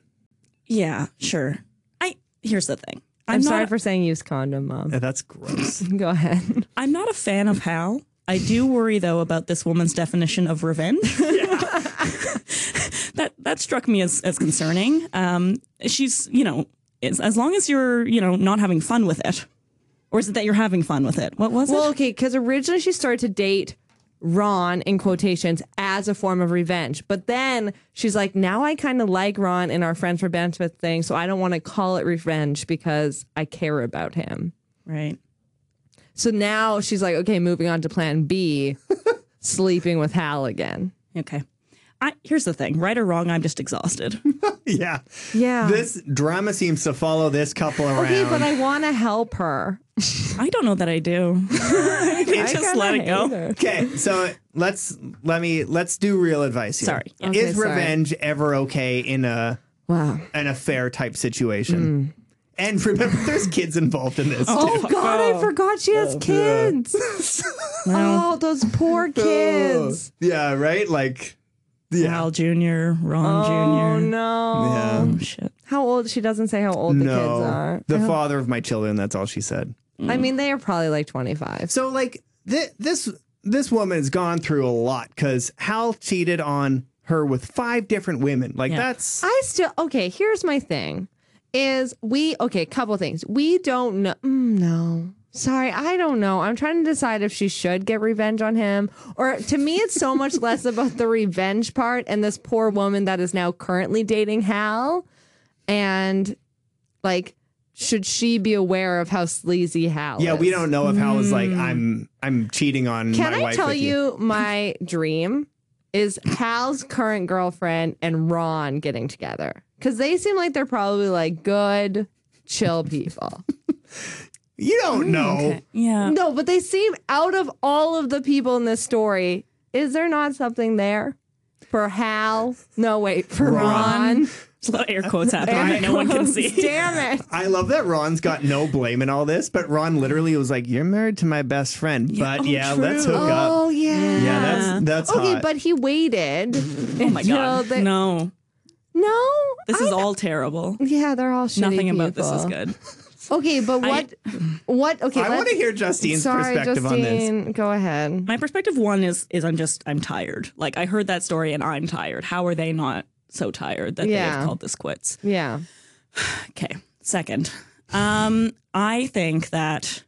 S3: Yeah, sure. I here's the thing.
S2: I'm,
S3: I'm,
S2: sorry
S3: not,
S2: for saying used condom, mom.
S1: Yeah, That's gross.
S2: Go ahead.
S3: I'm not a fan of Hal. I do worry though about this woman's definition of revenge. that that struck me as as concerning. Um, she's you know as, as long as you're you know not having fun with it, or is it that you're having fun with it? What was
S2: Well,
S3: it?
S2: okay, because originally she started to date Ron in quotations as a form of revenge, but then she's like, "Now I kind of like Ron and our friends for benefit thing, so I don't want to call it revenge because I care about him."
S3: Right.
S2: So now she's like, "Okay, moving on to Plan B." Sleeping with Hal again.
S3: Okay. I, here's the thing. Right or wrong, I'm just exhausted.
S1: yeah.
S2: Yeah.
S1: This drama seems to follow this couple around.
S2: Okay, but I want to help her.
S3: I don't know that I do. I
S2: I
S3: just
S2: kinda
S3: let it
S2: hate
S3: go.
S2: her.
S1: Okay, so let's let me let's do real advice here.
S3: Sorry. Yeah.
S2: Okay,
S1: Is
S2: sorry.
S1: revenge ever okay in a
S2: Wow.
S1: an affair type situation? And remember, there's kids involved in this.
S2: Oh God, I forgot she has kids. Oh, those poor
S1: too.
S2: kids.
S1: Yeah, right. Like, yeah,
S3: Hal Jr., Ron
S2: Oh
S3: Jr.
S2: no.
S1: yeah.
S3: Oh, shit.
S2: How old? She doesn't say how old the kids
S1: No,
S2: are.
S1: the father of my children. That's all she said.
S2: I mean, they are probably like 25.
S1: So like thi- this this woman has gone through a lot because Hal cheated on her with five different women. Like
S3: Yeah.
S1: that's
S2: I still okay. Here's my thing: is we okay? Couple things. We don't know. Mm, no, sorry, I don't know. I'm trying to decide if she should get revenge on him, or to me, it's so much less about the revenge part and this poor woman that is now currently dating Hal, and like, should she be aware of how sleazy Hal?
S1: yeah. We
S2: is?
S1: don't know if Hal was like I'm I'm cheating on.
S2: Hmm. Can
S1: my
S2: I
S1: wife
S2: tell
S1: with you?
S2: you my dream is Hal's current girlfriend and Ron getting together because they seem like they're probably like good, chill people.
S1: You
S2: Hmm,
S1: don't know.
S3: Yeah.
S2: no, but they seem out of all of the people in this story, is there not something there for Hal? No, wait, for Ron.
S1: Ron.
S3: There's a lot of air quotes happening that no one can see.
S2: Damn it.
S1: I love that Ron's got no blame in all this, but Ron literally was like, "You're married to my best friend, but yeah, let's hook
S3: true.
S1: up."
S2: Oh, yeah.
S1: Yeah, that's that's
S2: Okay,
S1: hot.
S2: but he waited.
S3: Oh my
S2: No,
S3: god.
S2: they-
S3: no.
S2: No,
S3: This is all terrible.
S2: yeah, they're all shitty
S3: Nothing about
S2: people.
S3: this is good.
S2: Okay, but
S3: I-
S2: what? what? Okay,
S1: I want
S2: let's-
S1: to hear Justine's
S2: Sorry,
S1: perspective on this.
S2: Justine, Go ahead.
S3: My perspective one is is I'm just I'm tired. Like I heard that story and I'm tired. How are they not so tired that they
S2: Yeah.
S3: have called this quits?
S2: Yeah.
S3: Okay. Second. Um I think that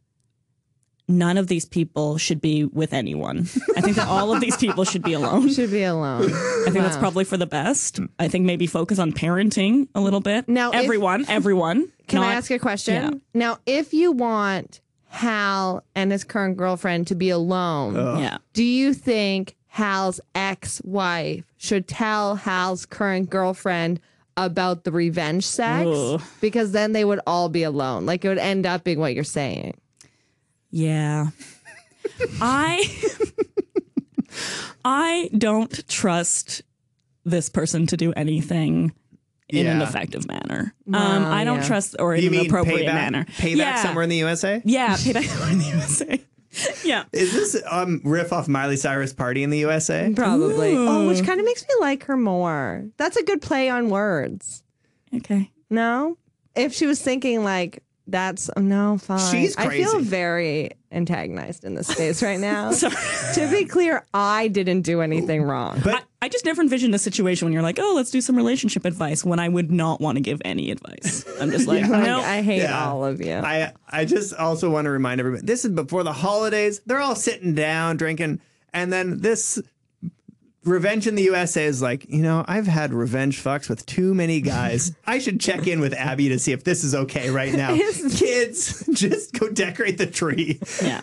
S3: none of these people should be with anyone. I think that all of these people should be alone.
S2: Should be alone.
S3: I think that's probably for the best. I think maybe focus on parenting a little bit.
S2: Now, if-
S3: everyone, everyone.
S2: Can I
S3: not-
S2: ask a question?
S3: Yeah.
S2: Now, if you want Hal and his current girlfriend to be alone,
S3: Yeah.
S2: do you think Hal's ex wife should tell Hal's current girlfriend about the revenge sex?
S3: Ugh.
S2: Because then they would all be alone. Like it would end up being what you're saying.
S3: Yeah. I I don't trust this person to do anything in an
S1: Yeah.
S3: effective manner. um,
S2: Wow,
S3: I don't
S2: yeah.
S3: trust or in
S1: You
S3: an
S1: mean
S3: appropriate
S1: payback?
S3: manner.
S1: Payback
S3: yeah.
S1: somewhere in the USA?
S3: Yeah, payback somewhere in the USA. yeah.
S1: Is this um riff off Miley Cyrus party in the USA?
S2: Probably. Oh, which kind of makes me like her more. That's a good play on words.
S3: Okay.
S2: No. If she was thinking like that's oh, no fine.
S1: She's
S2: I feel
S1: crazy.
S2: very antagonized in this space right now.
S3: Sorry.
S2: to be clear, I didn't do anything wrong.
S3: I, I just never envisioned a situation when you're like, oh, let's do some relationship advice when I would not want to give any advice. I'm just like,
S2: Like,
S3: no.
S2: I hate
S1: Yeah.
S2: all of you.
S1: I I just also want to remind everybody this is before the holidays. They're all sitting down drinking, and then this revenge in the USA is like, you know, I've had revenge fucks with too many guys. I should check in with Abby to see if this is okay right now. Kids, just go decorate the tree.
S3: yeah.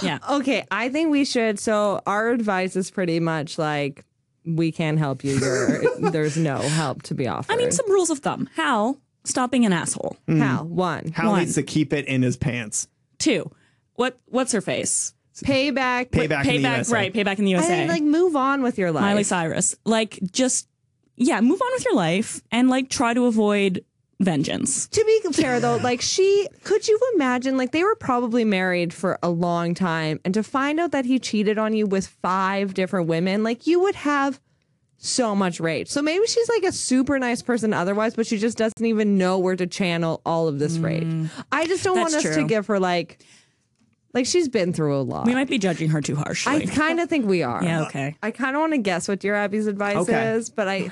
S3: Yeah.
S2: okay, I think we should so our advice is pretty much like we can't help you. You're, there's no help to be offered.
S3: I mean, some rules of thumb. How stopping an asshole.
S2: how? One.
S1: Hal
S3: One.
S1: needs to keep it in his pants.
S3: Two. What what's her face?
S2: Payback.
S1: Payback, in the USA.
S3: right? Payback in the
S2: I
S3: USA.
S2: think like move on with your life.
S3: Miley Cyrus. Like just yeah, move on with your life and like try to avoid vengeance.
S2: to be fair though, like she could you imagine like they were probably married for a long time and to find out that he cheated on you with five different women, like you would have so much rage. So maybe she's like a super nice person otherwise, but she just doesn't even know where to channel all of this rage. I just don't
S3: Mm. That's
S2: want us to
S3: true.
S2: give her like like she's been through a lot.
S3: We might be judging her too harshly.
S2: I kind of think we are.
S3: yeah, okay.
S2: I kind of want to guess what your Abby's advice
S1: Okay.
S2: is, but I,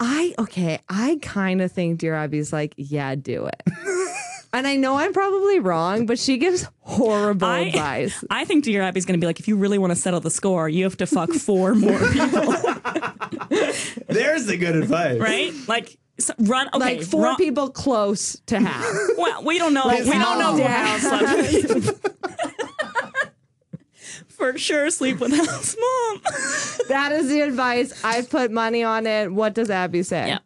S2: I okay, I kind of think dear Abby's like, yeah, do it. and I know I'm probably wrong, but she gives horrible
S3: I-
S2: advice.
S3: I think Dear Abby's going to be like, if you really want to settle the score, you have to fuck four more people,
S1: There's the good advice.
S3: right? Like s run, okay,
S2: Like four
S3: run-
S2: people close to half.
S3: Well, we don't know.
S2: Like
S3: we don't
S2: Hal
S3: know who
S2: Down.
S3: Hal's left. For sure, sleep with Hal's mom.
S2: that is the advice. I put money on it. What does Abby say?
S3: Yeah.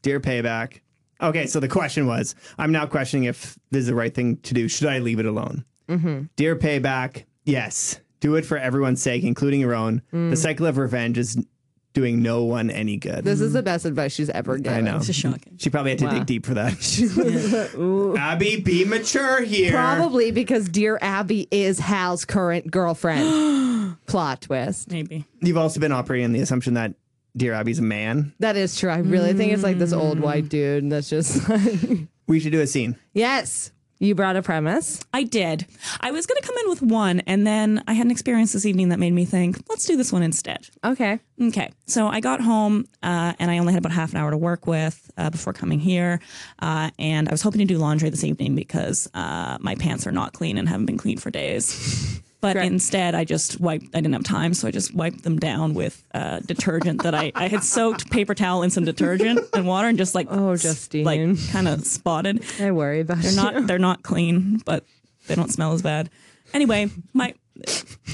S1: Dear Payback. Okay, so the question was I'm now questioning if this is the right thing to do. Should I leave it alone? Mm-hmm. Dear Payback, yes. Do it for everyone's sake, including your own.
S2: Mm.
S1: The cycle of revenge is doing no one any good.
S2: This is
S3: Mm-hmm.
S2: the best advice she's ever given.
S1: I know.
S3: It's just shocking.
S1: She probably had to dig deep for that. Abby, be mature here.
S2: Probably because dear Abby is Hal's current girlfriend. Plot twist.
S3: Maybe.
S1: You've also been operating on the assumption that Dear Abby's a man.
S2: That is true. I really think it's like this old white dude that's just like,
S1: We should do a scene.
S2: yes, you brought a premise.
S3: I did. I was going to come in with one, and then I had an experience this evening that made me think, let's do this one instead.
S2: Okay.
S3: Okay, so I got home uh, and I only had about half an hour to work with uh, before coming here. Uh, and I was hoping to do laundry this evening because uh, my pants are not clean and haven't been clean for days. But instead, I just wiped, I didn't have time, so I just wiped them down with uh, detergent that I, I had soaked paper towel in some detergent and water and just like,
S2: Oh,
S3: s-
S2: Justine.
S3: like kind of spotted.
S2: I worry about
S3: They're not they're not clean, but they don't smell as bad. Anyway, my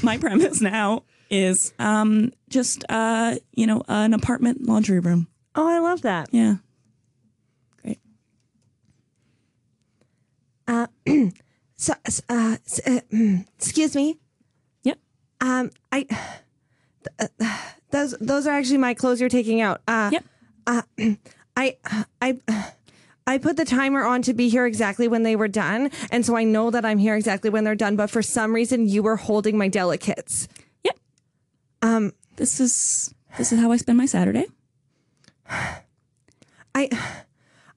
S3: my premise now is um just uh you know an apartment laundry room.
S2: Oh, I love that.
S3: Yeah. Great.
S2: So, s- uh, s- uh, mm, excuse me.
S3: Yep.
S2: Um, I th- uh, those those are actually my clothes you're taking out. Uh,
S3: Yep.
S2: Uh, I I. I put the timer on to be here exactly when they were done. And so I know that I'm here exactly when they're done. But for some reason, you were holding my delicates.
S3: Yep. Um this is this is how I spend my Saturday.
S2: I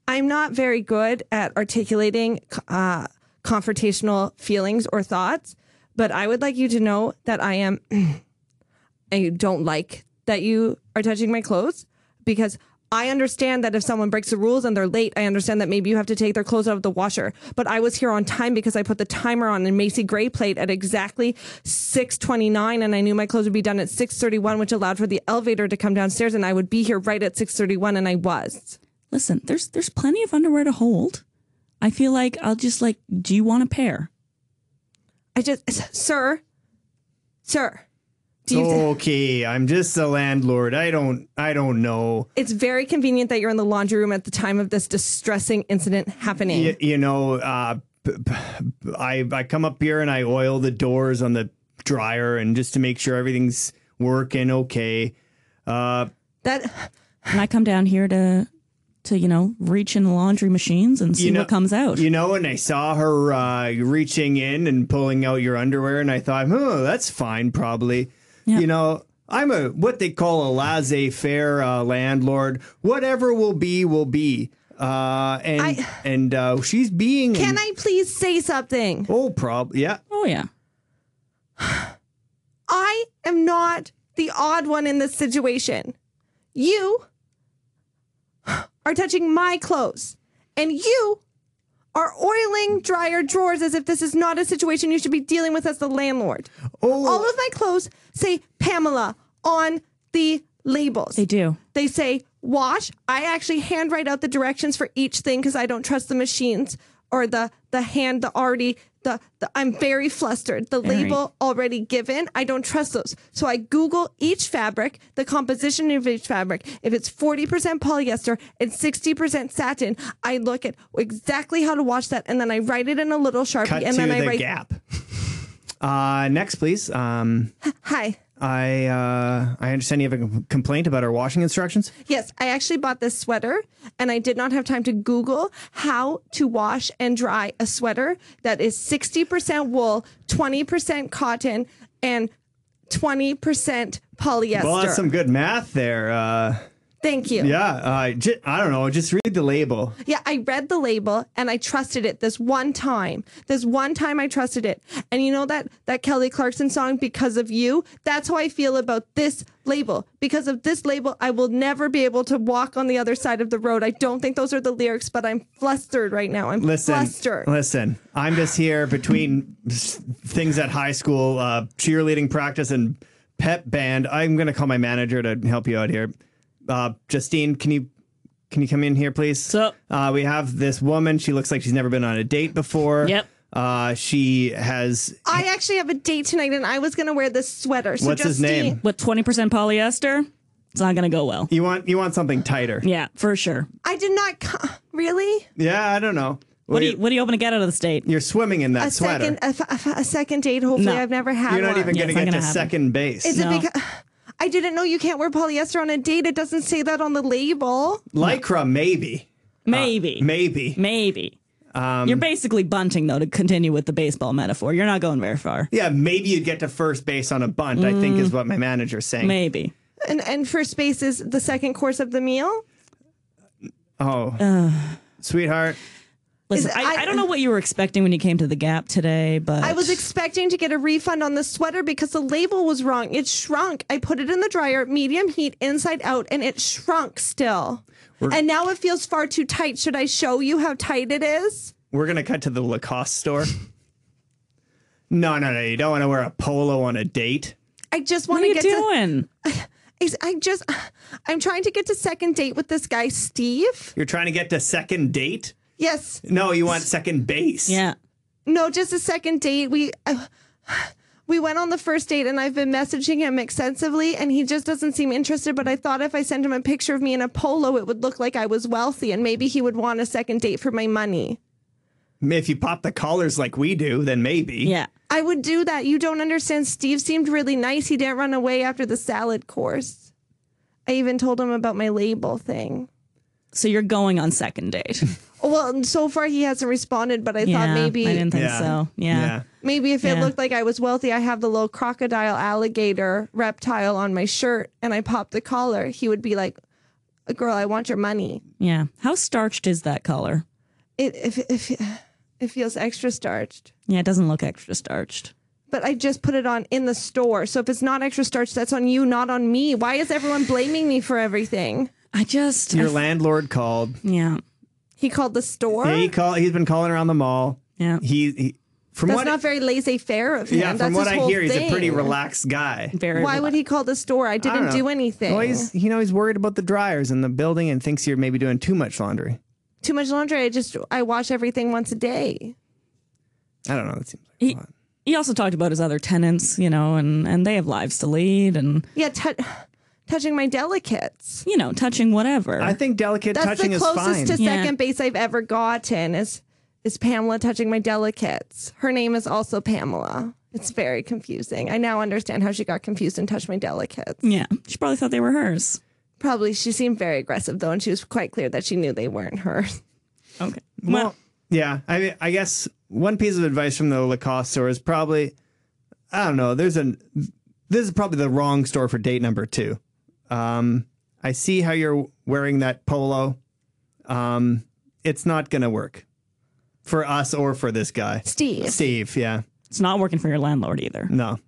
S2: I'm not very good at articulating uh, confrontational feelings or thoughts, but I would like you to know that I am I don't like that you are touching my clothes because I understand that if someone breaks the rules and they're late, I understand that maybe you have to take their clothes out of the washer. But I was here on time because I put the timer on in Macy Gray plate at exactly 6:29 and I knew my clothes would be done at 6:31 which allowed for the elevator to come downstairs and I would be here right at 6:31 and I was.
S3: Listen, there's there's plenty of underwear to hold. I feel like I'll just like do you want a pair?
S2: I just, s- sir, sir, do you?
S1: Okay, I'm just a landlord. I don't I don't know.
S2: it's very convenient that you're in the laundry room at the time of this distressing incident happening.
S1: Y- you know, uh, p- p- I I come up here and I oil the doors on the dryer and just to make sure everything's working okay. Uh,
S2: That
S3: And I come down here to to, you know, reach in the laundry machines and see
S1: know-
S3: what comes out.
S1: you know, and I saw her uh, reaching in and pulling out your underwear, and I thought, oh, that's fine, probably. You know, I'm a what they call a laissez-faire uh, landlord. Whatever will be, will be. Uh, and
S2: I-
S1: and uh, she's being
S2: can I please say something?
S1: oh, prob yeah.
S3: oh yeah.
S2: I am not the odd one in this situation. You are touching my clothes, and you are oiling dryer drawers as if this is not a situation you should be dealing with as the landlord.
S1: Oh,
S2: All of my clothes say Pamela on the labels.
S3: They do.
S2: They say wash. I actually handwrite out the directions for each thing because I don't trust the machines or the the hand, the already the, the I'm very flustered. The label already given. I don't trust those. So I Google each fabric, the composition of each fabric. If it's 40% polyester and 60% satin, I look at exactly how to wash that and then I write it in a little sharpie
S1: cut
S2: and
S1: to
S2: then I
S1: the
S2: write
S1: gap. Uh, next, please. Um,
S2: hi.
S1: I uh, I understand you have a com- complaint about our washing instructions.
S2: Yes, I actually bought this sweater and I did not have time to Google how to wash and dry a sweater that is 60% wool, 20% cotton, and 20% polyester.
S1: Well, that's some good math there. Uh,
S2: Thank you.
S1: yeah, uh, j- I don't know. Just read the label.
S2: Yeah, I read the label and I trusted it this one time. This one time I trusted it. And you know that that Kelly Clarkson song because of you? That's how I feel about this label. Because of this label, I will never be able to walk on the other side of the road. I don't think those are the lyrics, but I'm flustered right now. I'm
S1: Listen,
S2: flustered.
S1: listen. I'm just here between s- things at high school, uh, cheerleading practice, and pep band. I'm gonna call my manager to help you out here. Uh, Justine, can you can you come in here, please?
S3: So-
S1: uh, we have this woman. She looks like she's never been on a date before.
S3: Yep.
S1: Uh, she has.
S2: I actually have a date tonight and I was going to wear this sweater. So
S1: What's his
S2: Justine-
S1: name?
S3: with 20% polyester, it's not going to go well.
S1: You want you want something tighter?
S3: Yeah, for sure.
S2: I did not. Co- really?
S1: Yeah, I don't know.
S3: What do you what do you hoping to get out of the state?
S1: You're swimming in that
S2: A
S1: sweater.
S2: second, a, f- a second date. Hopefully,
S3: No.
S2: I've never had.
S1: You're not
S2: one.
S1: even
S3: Yeah,
S1: gonna
S3: it's not
S1: get to
S3: gonna happen.
S1: second base.
S2: Is
S3: No.
S2: it because I didn't know you can't wear polyester on a date? It doesn't say that on the label.
S1: Lycra, maybe,
S2: uh,
S3: Maybe.
S1: maybe.
S3: Maybe.
S2: um,
S3: You're basically bunting though to continue with the baseball metaphor. You're not going very far.
S1: Yeah, maybe you'd get to first base on a bunt, I think
S3: Mm.
S1: is what my manager's saying.
S3: Maybe.
S2: And and first base is the second course of the meal.
S1: Oh. Sweetheart,
S3: Listen,
S2: Is-
S3: I,
S2: I-
S3: I don't know what you were expecting when you came to the Gap today, but
S2: I was expecting to get a refund on the sweater because the label was wrong. It shrunk. I put it in the dryer, medium heat, inside out, and it shrunk still. and now it feels far too tight. Should I show you how tight it is?
S1: we're going to cut to the Lacoste store. no, no, no. You don't want to wear a polo on a date.
S2: I just
S3: what
S2: want
S3: are
S2: to
S3: you
S2: get to
S3: doing?
S2: is- I just I'm trying to get to second date with this guy Steve.
S1: You're trying to get to second date?
S2: Yes.
S1: No, you want second base.
S3: yeah.
S2: No, just a second date. We uh, we went on the first date, and I've been messaging him extensively, and he just doesn't seem interested. But I thought if I sent him a picture of me in a polo, it would look like I was wealthy, and maybe he would want a second date for my money.
S1: If you pop the collars like we do, then maybe.
S3: Yeah.
S2: I would do that. You don't understand. Steve seemed really nice. He didn't run away after the salad course. I even told him about my label thing.
S3: So you're going on second date.
S2: Well, and so far he hasn't responded, but I
S3: yeah.
S2: thought maybe
S3: I didn't think so. Yeah.
S2: Maybe if it
S3: Yeah.
S2: looked like I was wealthy, I have the little crocodile alligator reptile on my shirt and I pop the collar, he would be like, "Girl, I want your money."
S3: Yeah. How starched is that color?
S2: It if if it feels extra starched.
S3: Yeah, it doesn't look extra starched.
S2: But I just put it on in the store. So if it's not extra starched, that's on you, not on me. Why is everyone blaming me for everything?
S3: I just
S1: Your
S3: I-
S1: landlord called.
S3: yeah.
S2: He called the store.
S1: He call, he's been calling around the mall.
S3: Yeah.
S1: He, he from
S2: that's
S1: what
S2: not very laissez-faire of him.
S1: Yeah,
S2: that's
S1: from what
S2: his
S1: I
S2: whole
S1: hear, he's a
S2: thing.
S1: pretty relaxed guy.
S3: Very
S2: Why would he call the store? I
S1: I
S2: didn't
S1: don't know.
S2: do anything.
S1: Well, he's you know he's worried about the dryers in the building and thinks you're maybe doing too much laundry.
S2: Too much laundry. I just I wash everything once a day.
S1: I don't know. That seems like a
S3: he,
S1: lot.
S3: he also talked about his other tenants, you know, and and they have lives to lead and
S2: Yeah, tou touching my delicates.
S3: you know, touching whatever.
S1: I think delicate
S2: That's
S1: touching
S2: the
S1: is fine.
S2: closest to
S3: Yeah.
S2: second base I've ever gotten is is Pamela touching my delicates. Her name is also Pamela. It's very confusing. I now understand how she got confused and touched my delicates.
S3: yeah. She probably thought they were hers.
S2: Probably she seemed very aggressive though, and she was quite clear that she knew they weren't hers.
S3: Okay.
S1: well, yeah. I mean, I guess one piece of advice from the Lacoste store is probably, I don't know. There's an this is probably the wrong store for date number two. Um, I see how you're wearing that polo. Um, it's not gonna work for us or for this guy,
S2: Steve.
S1: Steve. Yeah,
S3: It's not working for your landlord either.
S1: no.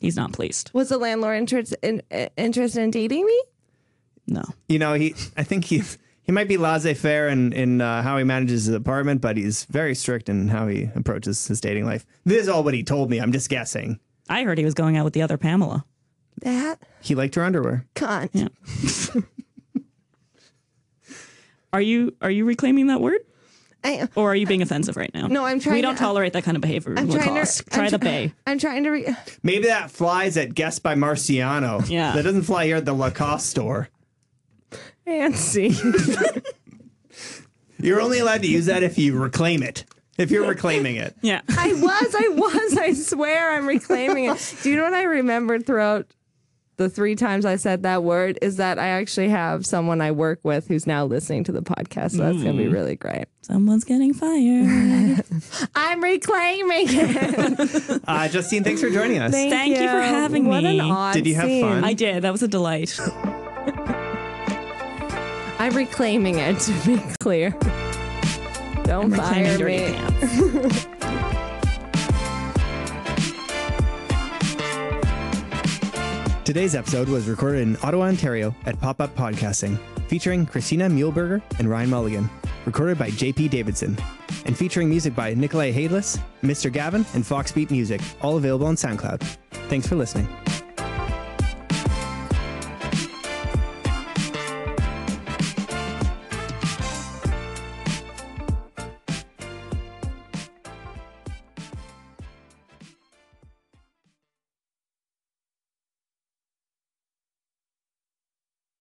S3: He's not pleased.
S2: Was the landlord interested in, uh, interested in dating me?
S3: No.
S1: you know, he I think he he might be laissez-faire in in uh, how he manages his apartment, but he's very strict in how he approaches his dating life. This is all what he told me. I'm just guessing.
S3: I heard he was going out with the other Pamela.
S2: That
S1: He liked her underwear.
S2: cunt.
S3: Yeah. Are you are you reclaiming that word?
S2: I,
S3: Or are you being offensive right now?
S2: No, I'm trying
S3: We don't
S2: to-
S3: tolerate that kind of behavior.
S2: I'm
S3: in
S2: trying
S3: Lacoste.
S2: to
S3: Oh Try
S2: I'm
S3: the
S2: try-
S3: bay.
S2: I'm trying to. Re-
S1: Maybe that flies at Guest by Marciano.
S3: Yeah.
S1: that doesn't fly here at the Lacoste store.
S2: Fancy.
S1: You're only allowed to use that if you reclaim it. If you're reclaiming it,
S3: Yeah.
S2: I was, I was, I swear I'm reclaiming it. Do you know what I remembered throughout the three times I said that word is that I actually have someone I work with who's now listening to the podcast. So that's
S1: Mm.
S2: going to be really great.
S3: Someone's getting fired.
S4: I'm reclaiming it.
S1: Uh, Justine, thanks for joining us.
S3: Thank you for having
S2: what
S3: me.
S2: What an odd
S1: Did you have
S2: scene.
S1: fun?
S3: I did. That was a delight.
S2: I'm reclaiming it to be clear. Don't
S3: Reclaiming
S2: fire
S3: dirty
S2: me.
S3: pants.
S1: Today's episode was recorded in Ottawa, Ontario at Pop Up Podcasting, featuring Christina Muehlberger and Ryan Mulligan, recorded by JP Davidson, and featuring music by Nikolai Hadeless, Mr. Gavin, and Foxbeat Music, all available on SoundCloud. Thanks for listening.